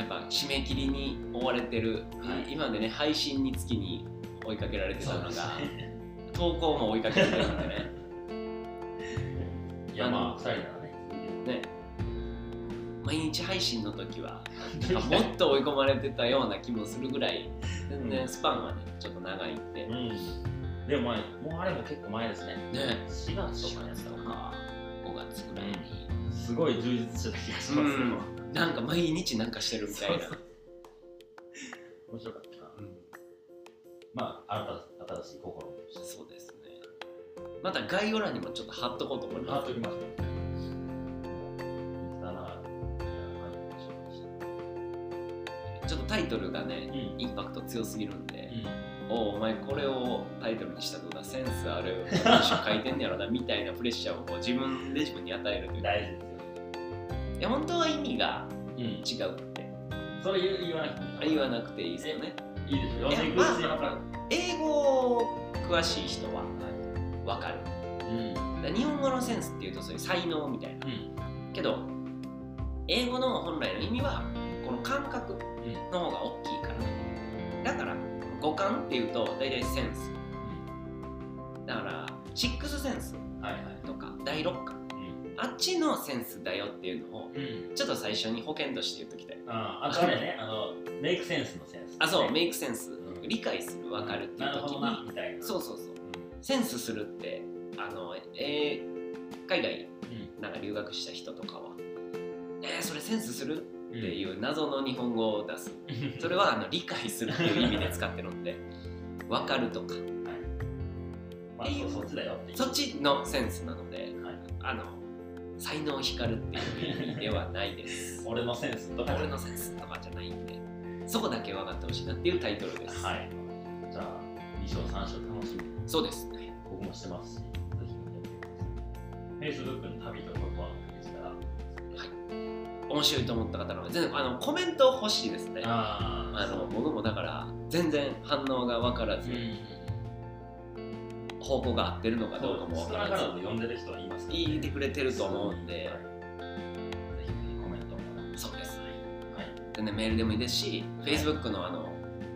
S3: やっぱ締め切りに追われてる、
S1: はい
S3: 今までね配信につきに追いかけられてたの
S1: そ
S3: が、
S1: うです
S3: 投稿も追いかけられてる んでね
S1: いやまあ二人ならね
S3: ね毎日配信の時 は
S1: 続け
S3: あ
S1: て
S3: もっと追い込まれてたような気もするぐらい全然スパンはねちょっと長いんで、ね
S1: うんでも前もうあれも結構前ですね4月とか
S3: 4
S1: やった
S3: 月と
S1: かな
S3: か5月ぐらいに、
S1: すごい充実してた気がしますよ、
S3: なんか毎日なんかしてるみたいな
S1: そう面白かったなまあ新た新しい試みをして
S3: そうですね。また概要欄にもちょっと貼っとこうと思い
S1: あ
S3: ま
S1: っ
S3: す
S1: と。きましたインスタなら
S3: ちょっとタイトルがね、
S1: うん
S3: インパクト強すぎるんで、おうお前これをタイトルにしたとかセンスある文章書いてんねやろなみたいなプレッシャーをこう自分で自分に与えるというか。
S1: 大事ですよ、
S3: いや本当は意味が
S1: うん、
S3: 違うって、
S1: それ言う言わなくて
S3: あ
S1: いい
S3: れ言わなくていいですよね。
S1: いいですよ
S3: いや
S1: 読んでいくうちに分かる
S3: 英語詳しい人はわかる。
S1: うん
S3: だから日本語のセンスっていうとそういう才能みたいな。けど英語の本来の意味はこの感覚の方が大きいから、だから五感っていうと大体センスだからシックスセンス
S1: うんはいはい
S3: とか第六感
S1: うん
S3: あっちのセンスだよっていうのを
S1: うん
S3: ちょっと最初に保険として言っときたい
S1: ああとあれねあのメイクセンスのセンス、
S3: あそう
S1: イ
S3: メイクセンス
S1: ん
S3: 理解する分かるっていう
S1: なる
S3: 時
S1: ほど
S3: に
S1: なみたいな
S3: そううそうそ
S1: う
S3: うセンスするってあの、えー海外
S1: うん
S3: なんか留学した人とかは「えー、それセンスする?」
S1: うん
S3: っていう謎の日本語を出すそれはあの理解するっていう意味で使って るんで分かるとか
S1: まあ、そうそっちだよっていう
S3: そっちのセンスなので
S1: はい
S3: あの才能光るっていう意味ではないです
S1: 俺のセンスとか
S3: 俺のセンスとかじゃないんでそこだけ分かってほしいなっていうタイトルです、
S1: はいじゃあ2章3章楽しみに
S3: そうですね
S1: 僕もしてますしぜひ見てみてください Facebook の旅と言葉のページから
S3: 面白いと思った方の方全然あのコメント欲しいですねあ
S1: あ
S3: の僕もだから全然反応が分からず、方向が合ってるのかどうかも分
S1: 少
S3: か
S1: なかららず
S3: ず
S1: 呼んでる人はいますからね
S3: 言ってくれてると思うんで、
S1: はいぜひぜひコメントも
S3: そうです
S1: はい
S3: でね、メールでもいいですし、Facebook のあの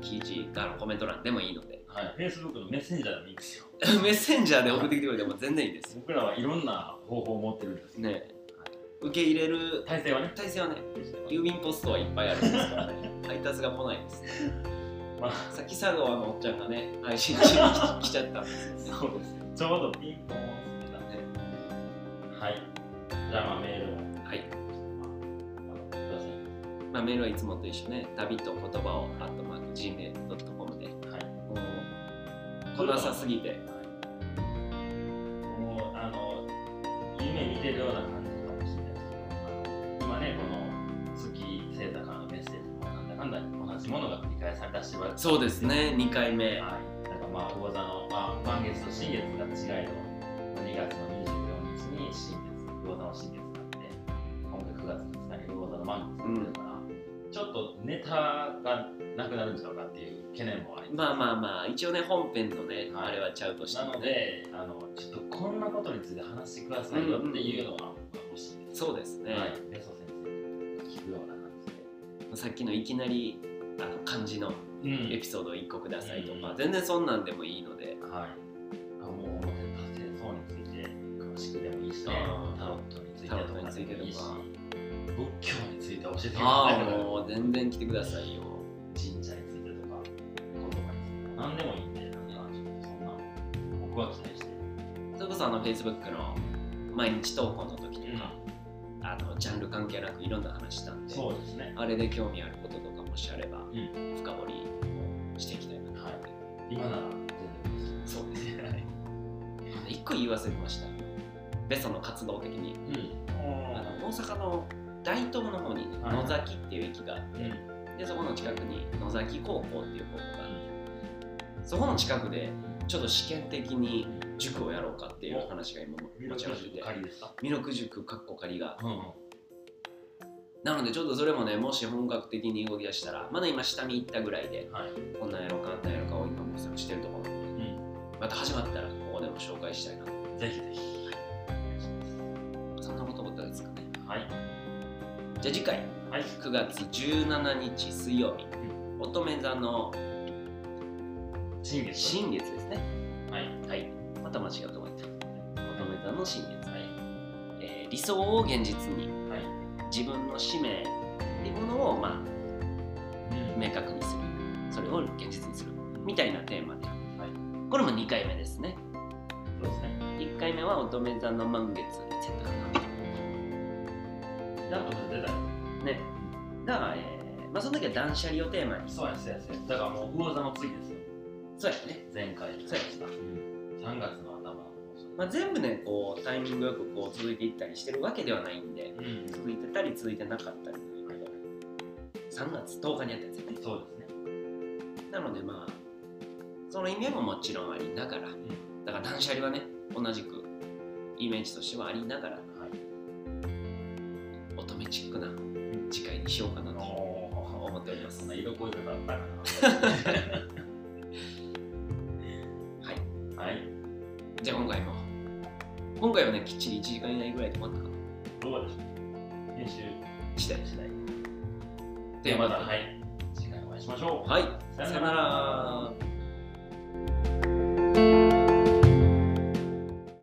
S3: 記事あのコメント欄でもいいので、
S1: はい、Facebook のメッセンジャーでもいいんですよ。
S3: メッセンジャーで送ってきてくれても全然いいです。
S1: 僕らはいろんな方法を持ってるんです。
S3: ね、受け入れる
S1: 体制はね、
S3: 体制はね、郵便ポストはいっぱいあるんですからね、配達が来ないです、ね。
S1: まあ、
S3: さっき佐川のおっちゃんがね、配信中に来ちゃったん ですよね。
S1: そうですね。ちょうどピンポンをつけたね。はい。じゃあ、まあ、メールを。
S3: はい、
S1: まあくださ
S3: まあ、メールはいつもと一緒ね、旅と言葉を、あとまあ gmail.com で、も
S1: い。は
S3: う、こなさすぎて、
S1: い。もう、あの、夢見てるような感じかもしれないですけど、あの今ね、この月星座からのメッセージも、なんだかんだ同じものが繰り返されたしま
S3: そうです。ね、2回目。
S1: はい、なんかまあ魚座の、まあ、満月と新月が違いど、まあ2月の24日に新月魚座の新月があって今回9月の2日に魚座の満月があるから、ちょっとネタがなくなるんちゃうかっていう懸念もあります
S3: まあまあまあ、一応ね、本編のね、
S1: はい
S3: あれはちゃうとして
S1: な
S3: も
S1: の
S3: ね。
S1: であのちょっとこんなことについて話してくださいよっていうのが欲しいです、
S3: そうですね、
S1: はい、ベソ先生が聞くような感じで、
S3: さっきのいきなりあの漢字の
S1: う
S3: エピソードを1個くださいとか、
S1: うん
S3: 全然そんなんでもいいので、
S1: はい。あもう表立てそうについて詳しくでもいいし、ね
S3: あ、ー
S1: タロットについて
S3: タロットについ
S1: で
S3: て
S1: も
S3: と
S1: いいし
S3: か、
S1: 仏教について教えてくだ
S3: あ
S1: さ
S3: あ
S1: いとか、
S3: もう全然来てくださいよ
S1: 神社についてとか、言葉についてとか、何でもいいんで、なんかちょっとそんな、僕は期待してる。
S3: それこそあの Facebook の毎日投稿の時とか、あのジャンル関係なくいろんな話したんで
S1: そうですね。
S3: あれで興味あることとかもしあれば、
S1: ん
S3: 深掘りをしていきたいなと思って、
S1: 今なら全然いい
S3: そうですね
S1: はい
S3: 1個言い忘れてましたベソの活動的にあ
S1: うん。
S3: の大阪の大東の方にね
S1: はい
S3: 野崎っていう駅があって、
S1: うん。
S3: でそこの近くに野崎高校っていう高校があってそこの近くでちょっと試験的に塾をやろうかっていう話が今も
S1: うん。
S3: 持ち上がってて
S1: 仮ですか
S3: 弥勒塾かっこ仮が
S1: うん。
S3: なのでちょっとそれもねもし本格的に動き出したらまだ今下見行ったぐらいで
S1: はい。
S3: こんなんやろうかあんなんやろうかを今模索してるところな
S1: う
S3: ので
S1: ん。
S3: また始まったらここでも紹介したいなと
S1: ぜひぜひ。
S3: そんなこと思ったんですかね
S1: はい。
S3: じゃあ次回
S1: はい。
S3: 9月17日水曜日乙女座の
S1: 新月。
S3: 新月ですね
S1: はい。はい。
S3: はい、また間違うと思った。乙女座の新月、えー理想を現実に、
S1: はい。
S3: 自分の使命っていうものを、まあ、明確にする、それを現実にするみたいなテーマで、これも2回目ですね。
S1: そうですね。
S3: 1回目は乙女座の満月、いつやったか
S1: なんと出たよ。
S3: な。ね、だから、えーまあ、その時は断捨離をテーマに、
S1: そうやそうやそうやだからもう魚座の次ですよ
S3: そうやね。
S1: 前回
S3: そうや
S1: した、3月の頭の放送
S3: まあ、全部ね、こうタイミングよくこう続いていったりしてるわけではないんで、
S1: うん
S3: 続いてたり続いてなかったりなんだけど、3月10日にやったやつやね。
S1: そうですね
S3: なのでまあその意味ももちろんありながら、だから断捨離はね同じくイメージとしてはありながら
S1: はい
S3: 乙女チックな次回にしようかなと
S1: お
S3: 思っております
S1: そんな色濃い方だった
S3: はい
S1: かなはい
S3: じゃあ今回も今回はねきっちり1時間以内ぐらいで終わったかな
S1: どうでしょう編集
S3: 次第
S1: 次第
S3: で
S1: で
S3: は
S1: は
S3: ま
S1: ま
S3: た
S1: たはい次回お会いしましょう
S3: はい
S1: さよなら
S3: さよなら